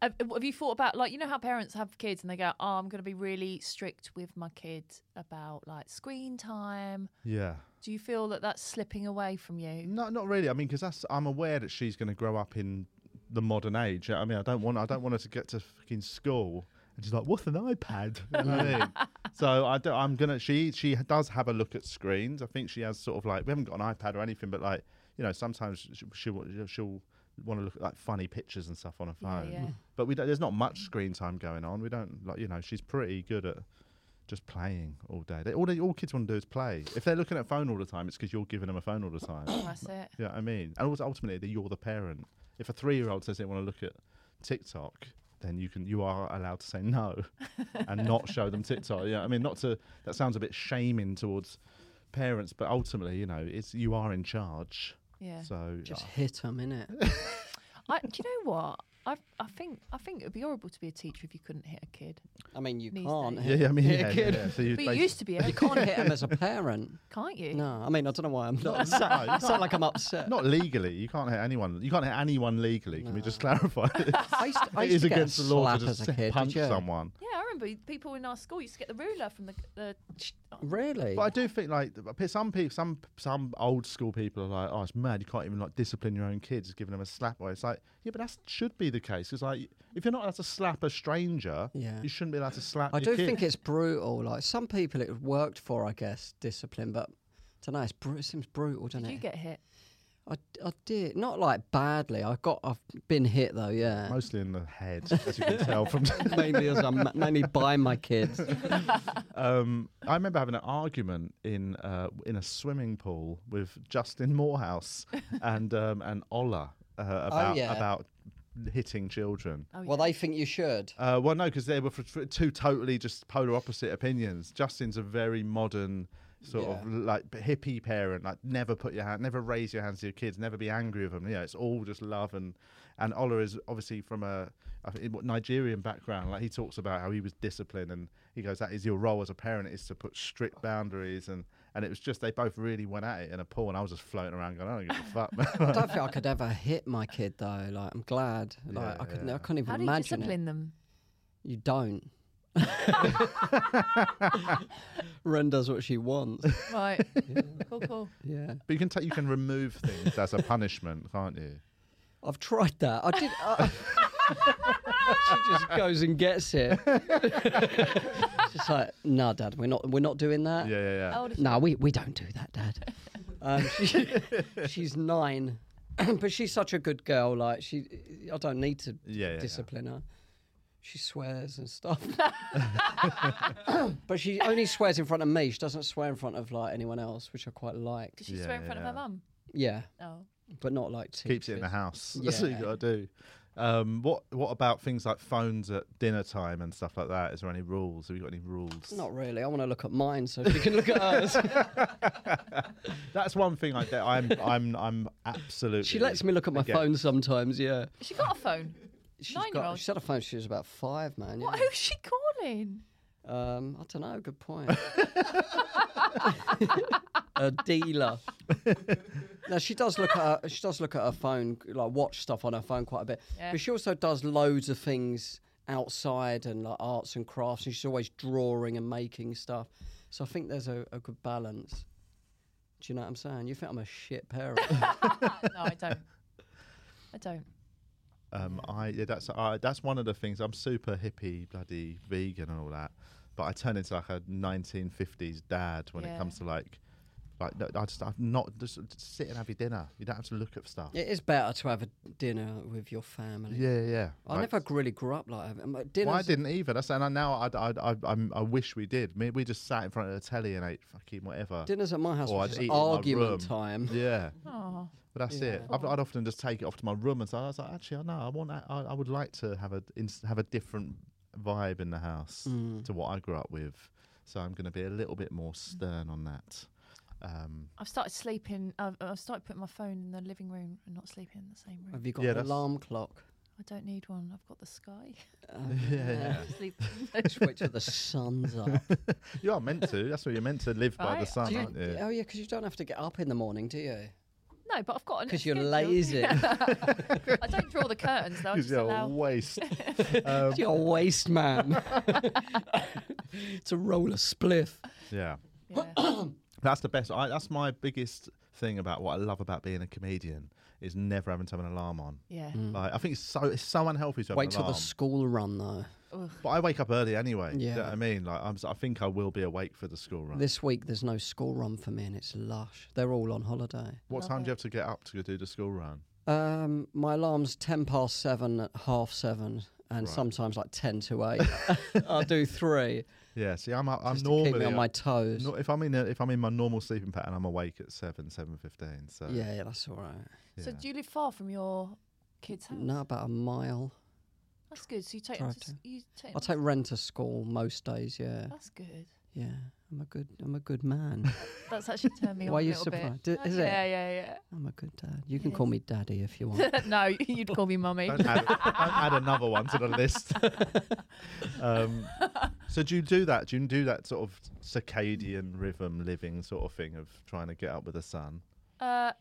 Have, have you thought about like you know how parents have kids and they go, "Oh, I'm going to be really strict with my kid about like screen time." Yeah. Do you feel that that's slipping away from you? No, not really. I mean, because that's I'm aware that she's going to grow up in the modern age. I mean, I don't want I don't want her to get to fucking school And she's like, "What's an iPad?" You know what (laughs) I mean? So I do, I'm gonna. She she does have a look at screens. I think she has sort of like we haven't got an iPad or anything, but like you know sometimes she, she'll she'll want to look at like funny pictures and stuff on her Yeah, phone. yeah. But we don't, there's not much screen time going on. We don't like you know she's pretty good at just playing all day. They, all they, all kids want to do is play. If they're looking at a phone all the time, it's because you're giving them a phone all the time. (coughs) That's it. Yeah, I mean, and also ultimately, that you're the parent. If a three-year-old says they want to look at TikTok, then you can you are allowed to say (laughs) no and not show them TikTok. Yeah, I mean, not to that sounds a bit shaming towards parents, but ultimately, you know, it's you are in charge. Yeah. So Just uh, hit 'em, hit them, (laughs) I, do you know what? I I think I think it would be horrible to be a teacher if you couldn't hit a kid. I mean, you These can't. days. yeah, Hit, yeah, I mean, hit yeah, a yeah, kid. yeah. So you But you basi- used to be able You can't hit him as (laughs) a parent. (laughs) can't you? No, I mean, I don't know why I'm not upset. No, you I sound (laughs) like I'm upset. not legally. You can't hit anyone. You can't hit anyone legally. Can we just clarify? this? I used to, (laughs) I (laughs) it used is to get against the law slapped to as just a kid. punch did you? someone. Yeah, I remember people in our school used to get the ruler from the the. Really? But I do think like th- p- some people, some some old school people are like, oh, it's mad. You can't even like discipline your own kids, giving them a slap. Or it's like, yeah, but that should be the case. It's like if you're not allowed to slap a stranger, Yeah. you shouldn't be allowed to slap. I your do kid. think it's brutal. Like some people, it worked for, I guess, discipline. But I don't know. It's bru- it seems brutal, doesn't Did it? you get hit? I, I did not like badly. I got. I've been hit though. Yeah. mostly in the head, as you can (laughs) tell from. mainly as I'm mainly by (laughs) my Oh, kids. um, I remember having an argument in uh, in a swimming pool with Justin Morehouse and um, and Ola uh, about yeah. about hitting children. Well, they think you should. Uh, well, no, because they were for, for two totally just polar opposite opinions. Justin's a very modern sort of like hippie parent, like never put your hand, never raise your hands to your kids, never be angry with them. You know, it's all just love and and Ola is obviously from a I think, what, Nigerian background. Like he talks about how he was disciplined and he goes, that is your role as a parent is to put strict boundaries and. And it was just they both really went at it in a pool, and I was just floating around going, "I don't give (laughs) a fuck." I man." don't think I could ever hit my kid though. Like I'm glad. Like I couldn't. I couldn't even How do you imagine discipline them? it. (laughs) You don't. (laughs) Ren does what she wants. Right. Cool, cool. Yeah. but you can ta you can remove things as a punishment, can't you? I've tried that. I did. I (laughs) she just goes and gets it. just like, no, Dad, we're not. We're not doing that. Yeah, yeah, yeah. How old is No, we, we don't do that, Dad. Um, she, she's nine, (clears throat) but she's such a good girl. Like she, I don't need to Yeah, yeah, yeah. discipline her. She swears and stuff, but she only swears in front of me. She doesn't swear in front of like anyone else, which I quite like. Does she Yeah, swear in front yeah. of her mum? Yeah, Oh. but not like teachers. keeps it in the house. (laughs) That's what you got to do. Um, what What about things like phones at dinner time and stuff like that? Is there any rules? Have you got any rules? Not really. I want to look at mine so she can look at hers. That's one thing I get. (laughs) I'm I'm I'm absolutely. she lets me look at my against. phone sometimes. Yeah, Has She got a phone. she's got. Nine-year-old? She had a phone. She was about five, man. What? yeah. Who's she calling? Um, I don't know. Good point. a dealer. now she does look at her, she does look at her phone, like watch stuff on her phone quite a bit. Yeah. But she also does loads of things outside and like arts and crafts, and she's always drawing and making stuff. So I think there's a, a good balance. Do you know what I'm saying? You think I'm a shit parent? No, I don't. I don't. Um, I yeah, that's I, that's one of the things. I'm super hippie, bloody vegan and all that, but I turn into like a 1950s dad when it Yeah. comes to like. Like no, I just I'm not just, just sit and have your dinner. You don't have to look at stuff. it is better to have a dinner with your family. yeah. yeah. I Like- never really grew up like that. Dinner. Well, I didn't either. That's and I now I I I, I'm- I wish we did. Me- We just sat in front of the telly and ate fucking whatever. Dinners at my house Or was Oh, I'd just eat in my room. argument time. Yeah, Oh. but that's it. I'd, I'd often just take it off to my room and say, I was like, actually, I know, I want, I, I would like to have a ins- have a different vibe in the house Mm. to what I grew up with. So I'm going to be a little bit more stern on that. Um, I've started sleeping. I've, I've started putting my phone in the living room and not sleeping in the same room. Have you got Yeah, an that's- alarm (laughs) clock? Um, I don't need one. I've got the sky. (laughs) yeah. Sleep. Just wait till the sun's up. you are meant to. That's what you're meant to live by the Right. (laughs) sun, Do you- aren't you? Oh yeah, because you don't have to get up in the morning, do you? No, but I've got an. Because you're schedule. (laughs) lazy. I don't draw the curtains though. I Because just you're allow. (laughs) a waste. Um, you're a waste (laughs) man. (laughs) to roll a spliff. yeah. Yeah. (clears throat) That's the best. I, that's my biggest thing about what I love about being a comedian is never having to have an alarm on. yeah. Like, I think it's so it's so unhealthy to have Mm. Wait an till alarm. the school run though. Ugh. But I wake up early anyway. Yeah. Yeah. I mean? Like I'm, s- I think I will be awake for the school run. This week there's no school run for me, and it's lush. They're all on holiday. what Love time do you it. have to get up to go do the (laughs) school run? Um, my alarm's ten past seven, at half seven, and Right. sometimes like ten to (laughs) eight. I'll do three. Yeah. See, I'm up- (laughs) I'm just normally to keep me on my toes. no- if I'm in a, if I'm in my normal sleeping pattern, I'm awake at seven seven fifteen. So yeah, yeah, that's all right. So yeah. do you live far from your kids' house? No, about a mile. That's good. So you take them to, Drive s- down. you take. I them take Ren to school most days. Yeah, to- That's good. yeah. I'm a good. I'm a good man. That's actually turned me on. Why a are you little bit. surprised? D- Uh, is it? yeah, yeah, I'm a good dad. You can call (laughs) me daddy if you want. yeah. no, you'd call me mummy. Don't add, don't add another one to the list. um, so do you do that? Do you do that sort of circadian rhythm living sort of thing of trying to get up with the sun? Uh,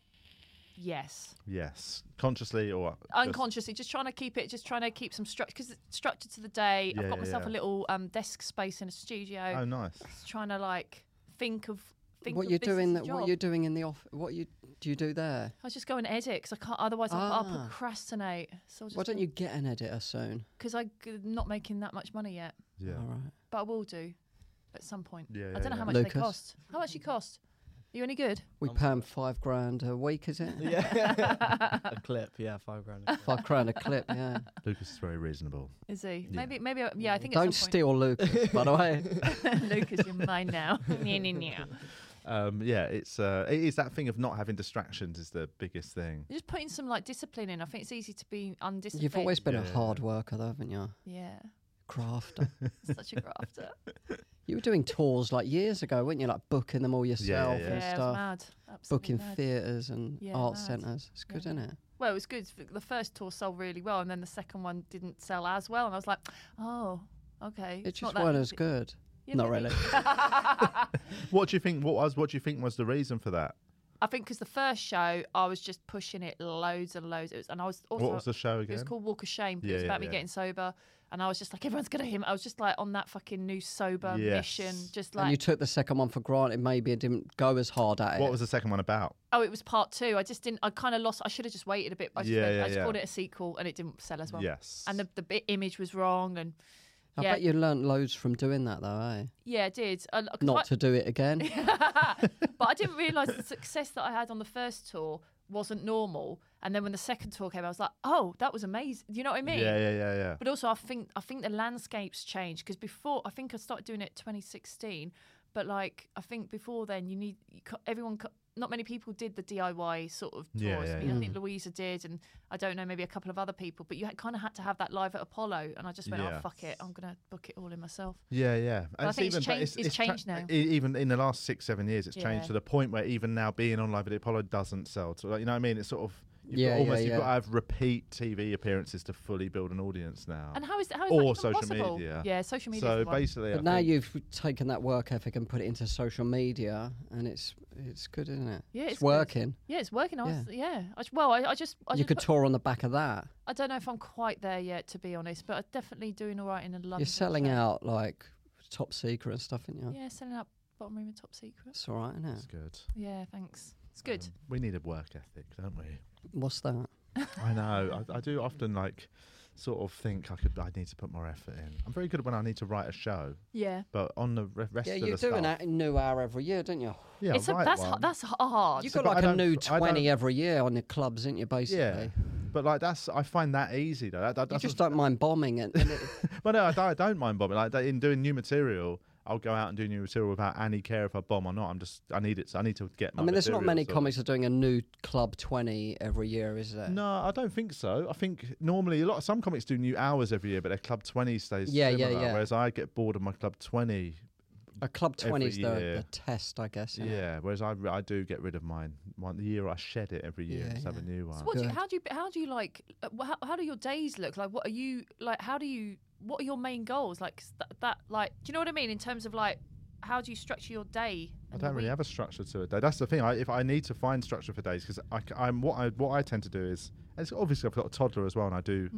yes. Yes, consciously or just- unconsciously just trying to keep it just trying to keep some structure because it's structured to the day Yeah, i've got yeah, myself yeah. a little um, desk space in a studio Oh, nice. Just trying to like think of think what of you're this as doing? a That what job. you're doing in the off? What you do you do there? i just go and edit because i can't otherwise I'll, I'll Ah. procrastinate so I'll just Why don't you get an editor soon? because i'm not making that much money yet Yeah. All right. but i will do at some point Yeah, i yeah, don't know yeah. how much Lucas? they cost how much you cost are you any good We pay 'em five grand a week, is it? (laughs) Yeah. a clip, yeah, five grand. a clip. Five grand a clip. Yeah. Lucas is very reasonable. is he Yeah. maybe maybe I- yeah i think Don't at some point- steal Lucas, by the (laughs) way. lucas you're mine now yeah, yeah, yeah. Um, yeah, it's uh, it is that thing of not having distractions is the biggest thing. Just putting some like discipline in. I think it's easy to be undisciplined. You've always been Yeah, a yeah, hard worker, though, haven't you? yeah, (laughs) Crafter. such a grafter. you were doing tours like years ago, weren't you? Like booking them all yourself yeah, Yeah, and it was stuff. mad. Absolutely booking mad. theatres and Yeah, art mad. centres. It's good, Yeah. isn't it? Well, it was good. The first tour sold really well, and then the second one didn't sell as well. And I was like, oh, okay. It it's not just that weren't as easy. good. Yeah, Not maybe. really. (laughs) What do you think? What was what do you think was the reason for that? I think because the first show, I was just pushing it loads and loads. It was, and I was also what was the show again? It was called Walk of Shame. But it Yeah, was yeah, about yeah. me getting sober, and I was just like, everyone's gonna him. I was just like on that fucking new sober mission. Yes. Just and like you took the second one for granted, maybe it didn't go as hard at it. what was the second one about? Oh, it was part two. I just didn't. I kind of lost. I should have just waited a bit. I just, Yeah, went- yeah, I just yeah. called it a sequel, and it didn't sell as well. Yes. And the the bit image was wrong, and I yeah, bet you learnt loads from doing that, though, eh? yeah, it did. I, 'cause Not I- to do it again. but I didn't realise the success that I had on the first tour wasn't normal. And then when the second tour came, I was like, oh, that was amazing. You know what I mean? (laughs) yeah, yeah, yeah, yeah. But also, I think I think the landscapes changed because before I think I started doing it 2016, but like I think before then you need you, ca- everyone. ca- Not many people did the DIY sort of tours. Yeah, yeah, I, mean, I yeah. think Louisa did, and I don't know, maybe a couple of other people. But you had, kind of had to have that live at Apollo, and I just went, Yeah. "Oh fuck it, I'm gonna book it all in myself." Yeah, yeah. I think it's but changed- it's changed now. e- Even in the last six, seven years, it's Yeah. changed to the point where even now being on Live at the Apollo doesn't sell. To, like, you know what I mean? It's sort of you've Yeah, got yeah, almost you've yeah. got to have repeat TV appearances to fully build an audience now. And how is how is that or even social possible? media. Yeah, social media. so basically, I but now think- you've taken that work ethic and put it into social media, and it's it's good, isn't it? Yeah, it's, it's good. working. yeah, it's working. I was, yeah. I, j- well, I, I just I you just could put- tour on the back of that. I don't know if I'm quite there yet, to be honest, but I'm definitely doing all right in the London. You're selling show. out like top secret and stuff, aren't you? Yeah, selling out bottom room and top secret. It's all right, isn't it's it? good. Yeah, thanks. It's good. Um, we need a work ethic, don't we? What's that? I know. I, I do often like sort of think I could. I need to put more effort in. I'm very good at when I need to write a show, yeah. but on the re- rest Yeah, of you the do stuff, an a new hour every year, don't you? yeah, it's a, write that's one. h- that's hard. You've So, got but like I a don't- new I don't- 20 every year on the clubs, isn't you, basically? yeah. But like that's, I find that easy though. That, that, You that's just a- don't mind bombing it. (laughs) And it But no, I don't, I don't mind bombing. Like in doing new material, I'll go out and do new material without any care if I bomb or not. I'm just, I need it. I need to get. My I mean, there's not material, many so- comics that are doing a new club 20 every year, is there? No, I don't think so. I think normally a lot. Some comics do new hours every year, but their club twenty stays. Yeah, yeah, similar, yeah. Whereas I get bored of my club twenty. A club 20 is Every the, year. the test, I guess. Yeah. isn't it? Whereas I, I do get rid of mine. One the year I shed it every year. Yeah, and just have a yeah. new So one. what do you, Good. how do you how do you like uh, wh- how, how do your days look like? What are you like? How do you what are your main goals like 'cause that, that like do you know what I mean in terms of like how do you structure your day? I and your don't really week? have a structure to a day. That's the thing. I, if I need to find structure for days, because I'm what I what I tend to do is, Hmm. and it's obviously I've got a toddler as well, and I do,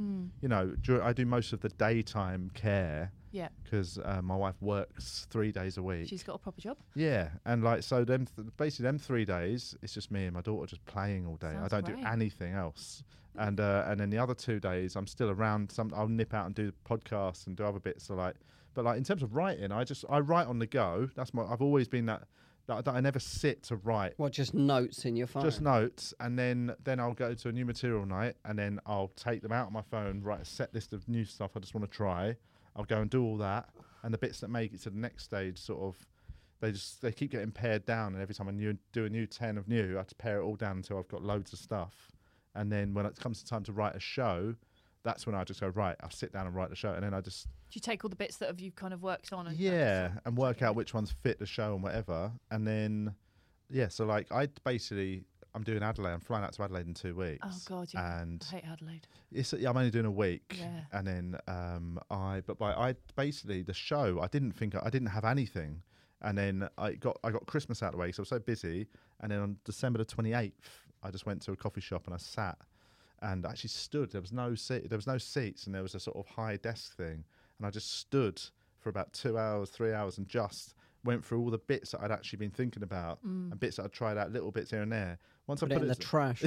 you know, dur- I do most of the daytime care, Yeah. because uh, my wife works three days a week. She's got a proper job. Yeah, and like so, them th- basically them three days, it's just me and my daughter just playing all day. I Sounds don't do great. anything else, and uh, and then the other two days, I'm still around. Some I'll nip out and do podcasts and do other bits. So like, but like in terms of writing, I just I write on the go. That's my I've always been that that, that I never sit to write. What, just notes in your phone? Just notes, and then then I'll go to a new material night, and then I'll take them out of my phone, write a set list of new stuff I just want to try. I'll go and do all that, and the bits that make it to the next stage, sort of, they just they keep getting pared down, and every time I new, do a new ten of new, I just pare it all down until I've got loads of stuff, and then when it comes to time to write a show, that's when I just go right. I sit down and write the show, and then I just Do you take all the bits that have you kind of worked on? And yeah, and work out which ones fit the show and whatever. And then, yeah, so like I basically, I'm doing Adelaide. I'm flying out to Adelaide in two weeks. Oh God, yeah. And I hate Adelaide. it's I'm only doing a week. Yeah. And then um, I, but by I basically the show, I didn't think I didn't have anything. And then I got I got Christmas out of the way because I was so busy. And then on December the 28th, I just went to a coffee shop and I sat and actually stood. There was no seat. There was no seats, and there was a sort of high desk thing. And I just stood for about two hours, three hours, and just went through all the bits that I'd actually been thinking about and bits that I'd tried out, little bits here and there. Once Put I it put in the it, (laughs) trash.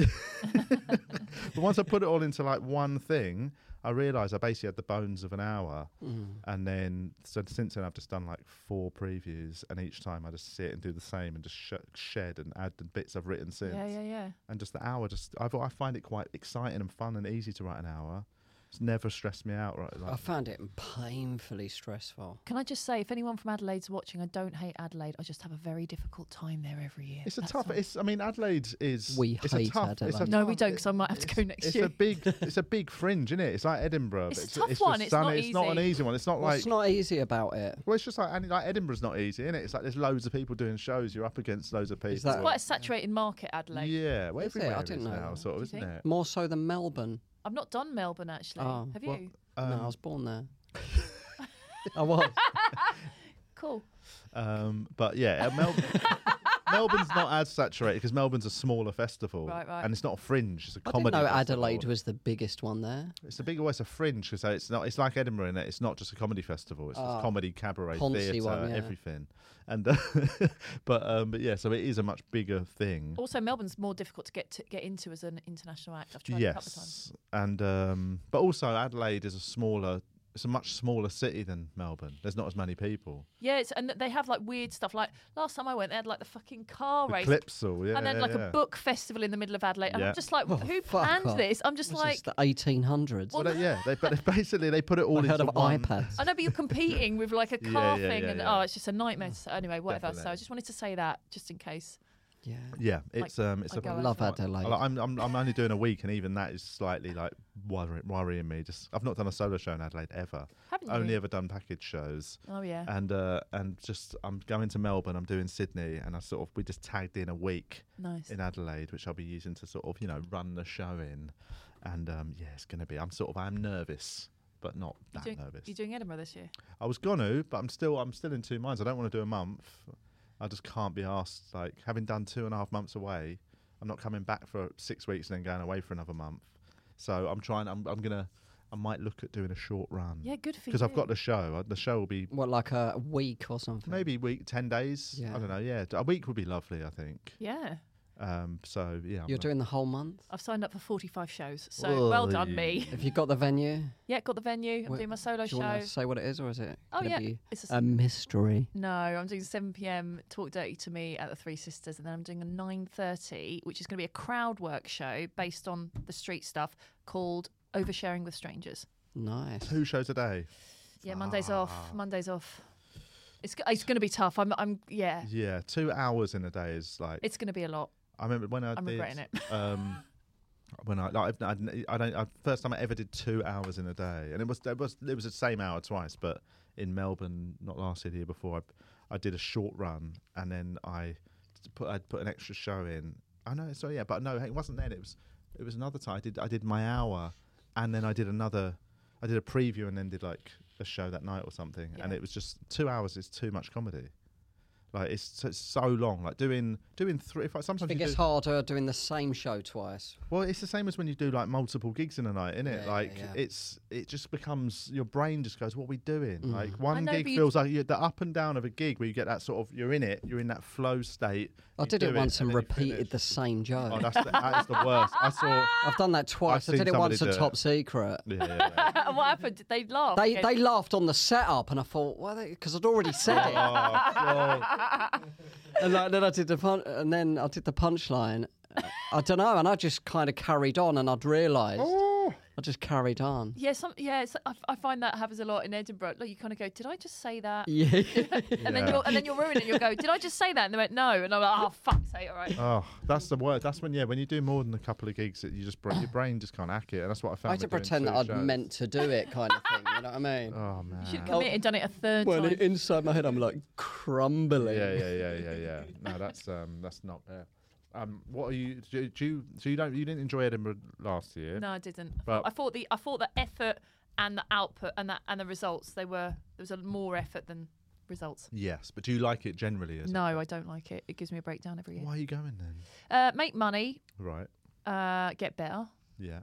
but once I put it all into like one thing, I realised I basically had the bones of an hour. Mm. And then, so since then, I've just done like four previews, and each time I just sit and do the same and just sh- shed and add the bits I've written since Yeah, yeah, yeah. and just the hour just I've, I find it quite exciting and fun and easy to write an hour. It's never stressed me out right. I Like, found it painfully stressful. Can I just say, if anyone from Adelaide's watching, I don't hate Adelaide. I just have a very difficult time there every year. it's a That's tough. all. It's I mean Adelaide is We it's a hate tough- it's a Adelaide. no, we tough- don't, because I might have to go next It's year. a big, it's a big fringe, isn't it? It's like Edinburgh. It's a but tough just one, it's sunny- not It's not an easy. easy one. It's not like What's not easy about it? Well, it's just like, and like Edinburgh's not easy, isn't it? It's like there's loads of people doing shows. You're up against loads of people. Is that- It's quite a saturated market, Adelaide. yeah, well, Is it? I everywhere didn't is know now, that. sort of, Do isn't you it? More so than Melbourne. I've not done Melbourne actually. Oh, have you? Well, no, um, I was (laughs) born there. I was. cool. Um, but yeah, uh, Mel- (laughs) Melbourne's not as saturated because Melbourne's a smaller festival, Right, right. and it's not a fringe. It's a I didn't comedy. know festival. Adelaide was the biggest one there. It's the bigger. Well, it's a fringe because it's not. It's like Edinburgh in that it's not just a comedy festival. It's just Ah, comedy, cabaret, Poncy theatre, one, yeah. everything. And (laughs) uh, but um, but yeah, so it is a much bigger thing. Also, Melbourne's more difficult to get to get into as an international act. I've tried a couple of times. Yes, and um, but also Adelaide is a smaller. It's a much smaller city than Melbourne. There's not as many people. Yeah, it's, and they have like weird stuff. Like last time I went, they had like the fucking car The race. Clipsal, yeah, Oh, and then yeah, like yeah. a book festival in the middle of Adelaide. And Yeah. I'm just like, who Oh, fuck planned off. this? I'm just This like, is the 1800s. Well, they- yeah, they, but basically they put it all I into heard of one. iPads. I know, but you're competing with like a (laughs) Yeah, car yeah, thing, yeah, and yeah. oh, it's just a nightmare. So anyway, whatever. So I Definitely. just wanted to say that, just in case. Yeah. Yeah, it's um, it's I a go I love That's Adelaide. Like, I'm, I'm I'm only doing a week, and even that is slightly like worrying, worrying me. Just I've not done a solo show in Adelaide ever. Haven't only you? ever done package shows. Oh yeah. And uh, and just I'm going to Melbourne. I'm doing Sydney, and I sort of we just tagged in a week Nice. in Adelaide, which I'll be using to sort of you know run the show in. And um, yeah, it's going to be. I'm sort of I'm nervous, but not You that doing, nervous. you doing Edinburgh this year? I was gonna, but I'm still I'm still in two minds. I don't want to do a month. I just can't be asked. Like having done two and a half months away, I'm not coming back for six weeks and then going away for another month. So I'm trying. I'm I'm gonna. I might look at doing a short run. Yeah, good for you. Because I've got the show. Uh, The show will be What, like a week or something? maybe week ten days. Yeah. I don't know. Yeah, a week would be lovely. I think. Yeah, Um. So yeah. I'm You're gonna- doing the whole month? (laughs) I've signed up for 45 shows, so well done me. Have you got the venue? Yeah, got the venue. I'm Wh- doing my solo Do you show. want to say what it is, or is it Oh, gonna yeah, be it's a s- a, mystery? No, I'm doing 7 p.m. Talk Dirty to Me at the Three Sisters, and then I'm doing a 9:30, which is going to be a crowd work show based on the street stuff called Oversharing with Strangers. Nice. two shows a day. Ah. Yeah, Monday's off. Monday's off. It's go- it's going to be tough. I'm I'm yeah. Yeah, two hours in a day is like It's going to be a lot. I remember when I I'm did. regretting it. Um, when I like, I've- I'd, n- I don't. I, first time I ever did two hours in a day, and it was it was it was the same hour twice, but in Melbourne, not last year, the year before, I I did a short run, and then I t- put I put an extra show in. I know, so yeah, but no, it wasn't then. It was it was another time. I did I did my hour, and then I did another. I did a preview and then did like a show that night or something, and Yeah. it was just two hours is too much comedy. Like it's so, it's so long. Like doing doing three. If I, sometimes it you gets do, harder doing the same show twice. Well, it's the same as when you do like multiple gigs in a night, isn't Yeah, it? yeah, like yeah. it's it just becomes your brain just goes, "What are we doing?" Mm. Like one know, gig but you- feels like you, the up and down of a gig where you get that sort of you're in it, you're in that flow state. I you did do it once and and then you repeated finish. the same joke. Oh, that's the, that is the worst. I (laughs) saw. (laughs) I've done that twice. I seen did it somebody once at do it. Oh. Top Secret. Yeah, yeah, yeah. and what happened? Did they laugh? They Again? they laughed on the setup, and I thought, well, because I'd already said it. Oh. and like, then I did the pun- and then I did the punchline. I don't know, and I just kind of carried on, and I'd realised Oh. I just carried on. Yeah, some, yeah. It's, I, I find that happens a lot in Edinburgh. Like you kind of go, "Did I just say that?" (laughs) Yeah, And then Yeah. you're and then you're ruining it. You'll go, "Did I just say that?" And they went, "No," and I'm like, "Oh fuck, say all right." Oh, that's the worst. That's when yeah, when you do more than a couple of gigs, it, you just bra- your brain just can't hack it, and that's what I I found. had to with doing pretend two that I'd shows. meant to do it, kind of thing. You know (laughs) what I mean? Oh man. You should have committed, done it a third well, time. inside my head, I'm like crumbling. Yeah, yeah, yeah, yeah, yeah. No, that's um, that's not. Uh, um, what are you? Do, do you? So you don't? You didn't enjoy Edinburgh last year? No, I didn't. I Well- thought- I thought the I thought the effort and the output and that and the results they were there was a more effort than results. Yes, but do you like it generally? As a- No, I don't like it. It gives me a breakdown every year. Why are you going then? Uh, make money, Right. uh, get better, Yeah.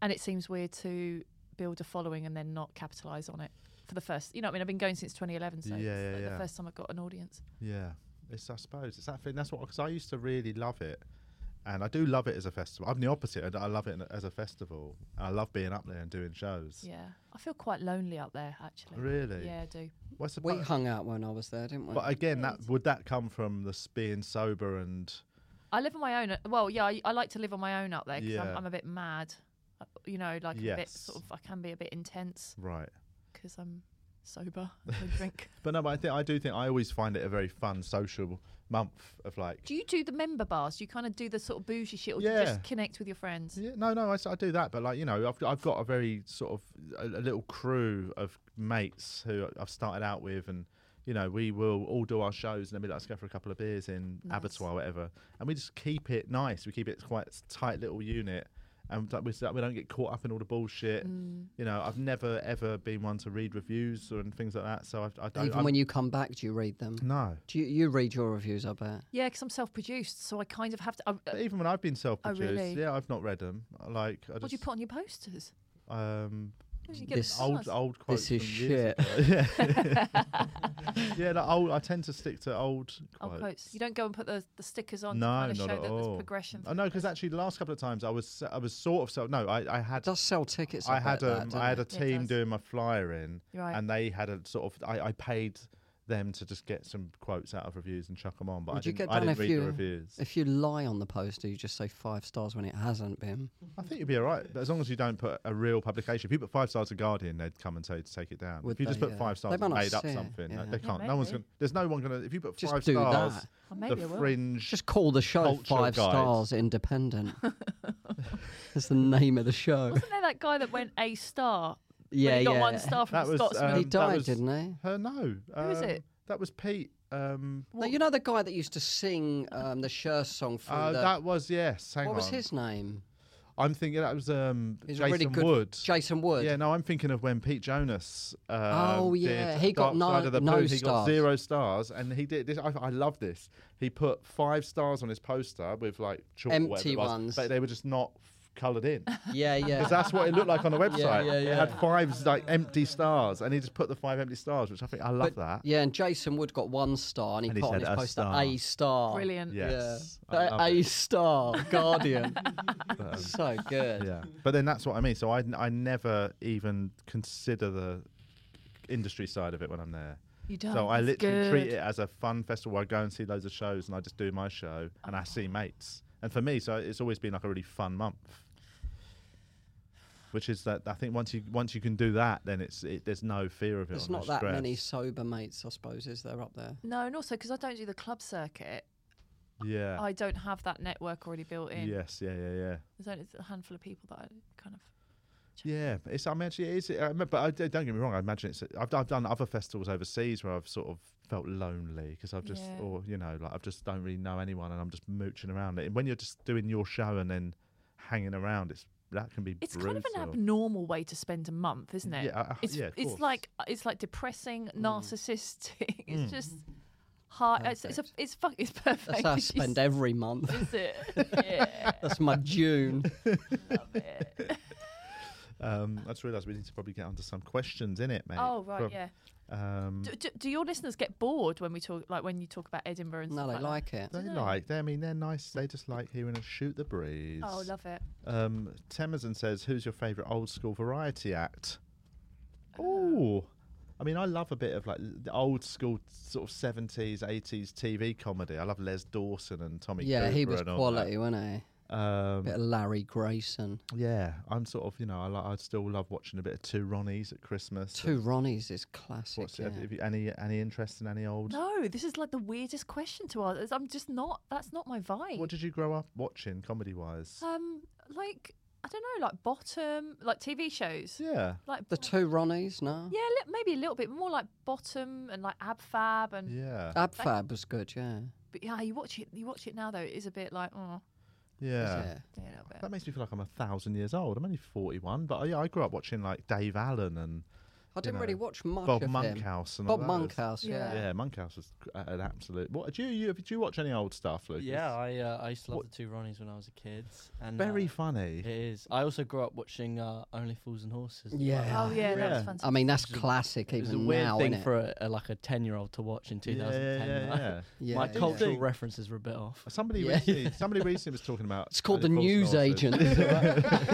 and it seems weird to build a following and then not capitalize on it for the first. You know, what I mean, I've been going since 2011, so Yeah, it's yeah, like yeah. the first time I got an audience. Yeah. It's I suppose it's that thing. That's what because I used to really love it, and I do love it as a festival. I'm the opposite. I I love it as a festival. I love being up there and doing shows. Yeah, I feel quite lonely up there actually. Really? Yeah, I do. What's the We point? hung out when I was there, didn't we? But again, that would that come from the s- being sober and I live on my own. uh, Well, yeah, I, I like to live on my own up there because Yeah. I'm, I'm a bit mad. Uh, You know, like a bit Yes. sort of, I can be a bit intense right. because I'm sober. I drink. (laughs) But no, but I think I do think I always find it a very fun social month of like Do you do the member bars? Do you kind of do the sort of bougie shit, or do you Yeah. just connect with your friends? Yeah, no, no, I, s- I do that, but like you know, I've I've got a very sort of a, a little crew of mates who I've started out with, and you know, we will all do our shows, and then we let's go for a couple of beers in Abattoir, or whatever, and we just keep it nice. We keep it quite s- tight little unit, and like we s- we don't get caught up in all the bullshit. Mm. You know, I've never ever been one to read reviews or and things like that. So I've, I don't. Even I'm- when you come back, do you read them? no, Do you, you read your reviews? I bet. Yeah, because I'm self-produced, so I kind of have to. I, but uh, even when I've been self-produced, really? yeah, I've not read them. Like, I just, what do you put on your posters? Um, Don't you get This- them old from us? old quotes. This is from years shit. ago. (laughs) yeah, yeah. Like old, I tend to stick to old Old quotes. quotes. You don't go and put the, the stickers on No, to kind of not show at that all. there's progression. Oh no, because actually the last couple of times I was I was sort of so no I I It had does sell tickets. I, I bet, had that, um, doesn't I had it? a Yeah, it team does. doing my flyer in, Right. and they had a sort of I, I paid them to just get some quotes out of reviews and chuck them on, but I Would you didn't, get I down didn't if read you the reviews. if you lie on the poster? You just say five stars when it hasn't been. I think you'd be all right, but as long as you don't put a real publication. If you put five stars to Guardian, they'd come and say to take it down. Would if you just they, put yeah. five stars They might and not made up see it, something, yeah. like, they Yeah, can't. no one's maybe. gonna. There's no one gonna. If you put Just five do that. stars, Well, maybe I the will. fringe. Just call the show Mm. Cultural Five guide. Stars (laughs) Independent. That's the name of the show. Wasn't there that guy that went a star? when Yeah, he got yeah. one star from That the was, Scotsman. um, he that died, was- didn't he? Her no. Who was it? That was Pete. Um, No, you know the guy that used to sing um, the Cher song from uh, the. that was yes. Hang what was on. his name? I'm thinking that was um He's Jason a really good Wood. Jason Wood. Yeah, no, I'm thinking of when Pete Jonas. Um, Oh, yeah, did he got Dark no- Side of the no Moon. He got stars. zero stars, and he did this. I, I love this. He put five stars on his poster with like chalk or whatever Empty it was, ones. but they were just not (laughs) coloured in. (laughs) yeah, yeah. Because that's what it looked like on the website. yeah, It yeah. had five like empty stars, and he just put the five empty stars, which I think I love that. Yeah, and Jason Wood got one star, and he And he put on his said a poster star. a star. Brilliant. Yes, Yeah. I love A, it. a star (laughs) Guardian. But, um, so good. Mm. yeah but then that's what i mean so I, I never even consider the industry side of it when i'm there You don't. so i That's literally treat good. it as a fun festival where i go and see loads of shows and i just do my show and i see mates and for me so it's always been like a really fun month which is that i think once you once you can do that then it's it, there's no fear of it There's or no not that many stress. sober mates, I suppose, is there up there? No, and also because I don't do the club circuit, yeah I don't have that network already built in. yes yeah yeah yeah There's only a handful of people that I kind of. Yeah, it's. I mean, actually, it is. I mean, but I, don't get me wrong. I imagine it's. I've, I've done other festivals overseas where I've sort of felt lonely because I've just, Yeah. or you know, like I've just don't really know anyone, and I'm just mooching around. And when you're just doing your show and then hanging around, it's that can be. It's brutal. kind of an abnormal way to spend a month, isn't it? Yeah, uh, it's, yeah, of (laughs) it's course. like it's like depressing, narcissistic. It's just Hi, it's it's, a, it's, fuck, it's perfect. That's how I (laughs) It's just- spend every month. (laughs) Is (laughs) it? Yeah. That's my June. Love it. Um, I just realised we need to probably get onto some questions in it, mate. Oh right, Prob- yeah. Um, Do, do, do your listeners get bored when we talk, like when you talk about Edinburgh and No, stuff they that? like it. they like. They, I mean, they're nice. They just like hearing us shoot the breeze. Oh, love it. Um, Temerson says, "Who's your favourite old school variety act?" Uh. Ooh, I mean, I love a bit of like the old school sort of seventies, eighties TV comedy. I love Les Dawson and Tommy. Yeah, he Cooper was and all quality, that. wasn't he? Um, Bit of Larry Grayson. yeah, I'm sort of you know I, li- I still love watching a bit of Two Ronnies at Christmas. Two Ronnies is classic. What's yeah. it, have you any any interest in any old? No, this is like the weirdest question to ask. I'm just not. That's not my vibe. What did you grow up watching comedy wise? um, like I don't know, like bottom, like TV shows, yeah, like The bo- two Ronnies, no? yeah, li- maybe a little bit more like bottom and like ab fab and yeah, Ab Fab was good, yeah. But yeah, you watch it. You watch it now though. It is a bit like oh, yeah. Yeah. yeah, a little bit. That makes me feel like I'm a thousand years old. I'm only 41, but I, yeah, I grew up watching like Dave Allen and I didn't know, really watch much Bob of Monkhouse him. and Bob all those. Monkhouse, yeah. Yeah. Yeah, Monkhouse was c- a- an absolute. What do you, you did you watch any old stuff, (laughs) Lucas? Yeah, I uh, I used to love What- the two Ronnies when I was a kid. And very uh, funny. It is. I also grew up watching uh, Only Fools and Horses. as Yeah. well. Oh yeah, Yeah. that's fantastic. I mean, that's classic It was a even weird now, thing innit? for a, a, like a ten year old to watch in Yeah, 2010. yeah, like, yeah. Yeah, My yeah. cultural Thing- references were a bit off. Somebody Yeah. recently, somebody recently was talking about. It's called the Only Fools and newsagent. Horses.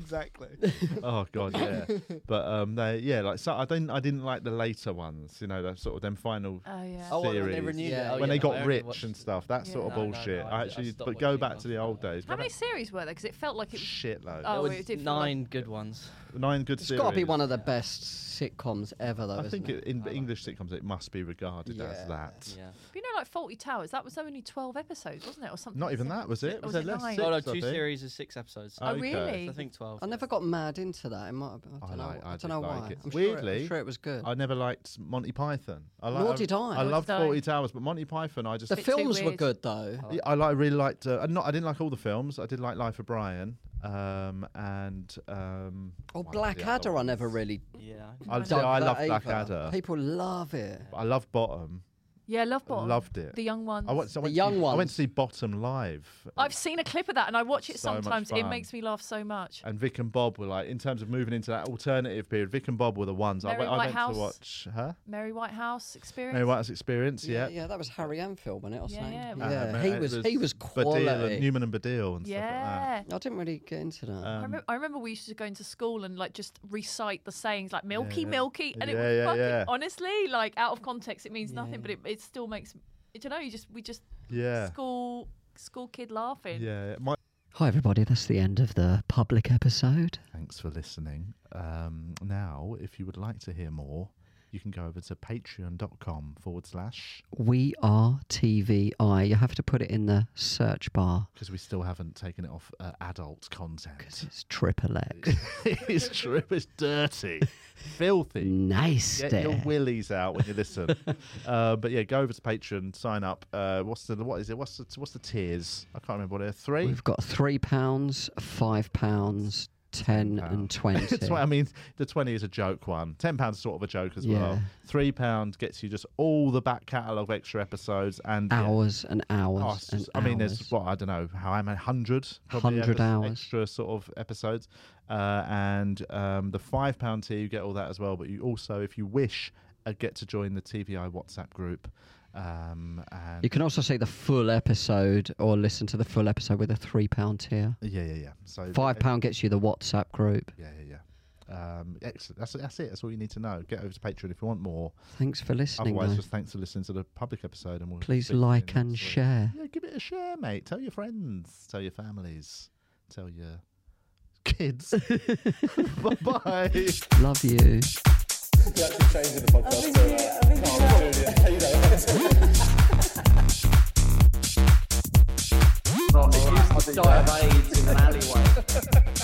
exactly. (laughs) Oh (laughs) god, yeah. But um, they, yeah, like so I didn't, I didn't like the later ones. You know, that sort of them final Oh yeah. Oh, well, when they series. renewed Yeah. it. Oh, when yeah, they no, I got only rich watched- and stuff. That Yeah. sort of No, no, no, bullshit. I I did- I actually, stopped but go watching back after to the that. old days. How many series were there? Because it felt like it. Shitload. Oh, There it were did feel like- nine good ones. Nine good It's series. got to be one of the best sitcoms ever, though, I isn't think it? it, in English sitcoms, it must be regarded Yeah. as that. Yeah. But you know, like Faulty Towers. That was only twelve episodes, wasn't it, or something? Not even similar? that was it. Or was Was there it less? nine? Six, Oh no, I two think? series is six episodes. Oh, Okay. really? I think 12. I never got mad into that. It might have, I I don't know. like- I, I don't did know like why. it. I'm sure it, Weirdly, I'm sure it was good. I never liked Monty Python. I Nor did I. I Nor loved did I. Forty Towers, but Monty Python, I just the Bit too films were weird. good, though. Yeah, I like really liked. Uh, not I didn't like all the films. I did like Life of Brian, um, and um, Or one of the other Blackadder, I never ones. really. Yeah. I'd say dug I that love either. Blackadder. People love it. I love Bottom. Yeah, Love Bottom. Loved it. The young ones. I went. I went to young see- I went ones. to see Bottom live. I've seen a clip of that, and I watch it So much sometimes. It fun. makes me laugh so much. and Vic and Bob were like, in terms of moving into that alternative period, Vic and Bob were the ones I Mary went, I went Whitehouse. to watch. Huh? Mary Whitehouse experience. Mary White's experience. Yeah, Yeah. yeah, that was Harry Enfield, wasn't it? Or Yeah, something? yeah, it yeah. was. Um, he it was, he was Badil and quality. Newman and Badil and stuff Yeah. like I didn't really get into that. that. I, Um, remember, I remember we used to go into school and like just recite the sayings like milky, yeah. milky, and it Yeah, was yeah, fucking yeah. honestly like out of context, it means nothing, but it, it still makes you know you just we just yeah. school school kid laughing. Yeah. My, Hi, everybody. That's the end of the public episode. Thanks for listening. Um, now, if you would like to hear more, you can go over to patreon.com forward slash We are TVI. You have to put it in the search bar because we still haven't taken it off uh, adult content. because it's triple (laughs) X. (laughs) it's true. It's dirty, filthy. nice Get day. your willies out when you listen. uh, but yeah, go over to Patreon, sign up. Uh, what's the what is it? What's the what's the tiers? I can't remember what they're (laughs) three. We've got three pounds, five pounds, ten (laughs) and twenty. That's what I mean. The twenty is a joke one. Ten pounds is sort of a joke as well. Yeah. Three pound gets you just all the back catalogue of extra episodes and yeah. hours and hours Oh, it's and just- I mean, hours. there's what I don't know how I'm at hundred, 100 hours. extra sort of episodes, uh, and um, the five pound tier you get all that as well. But you also, if you wish, uh, get to join the TVI WhatsApp group. Um, and You can also see the full episode or listen to the full episode with a three pound tier. yeah, yeah, yeah. So eh, Five pound gets you the WhatsApp group. Yeah, yeah, yeah. Um, excellent. That's that's it. That's all you need to know. Get over to Patreon if you want more. Thanks for listening. Otherwise, though. just thanks for listening to the public episode, and we'll Please speak to you like next and week. share. Yeah, give it a share, mate. Tell your friends. Tell your families. Tell your (laughs) kids. (laughs) bye bye. Love you. die of AIDS in an alleyway.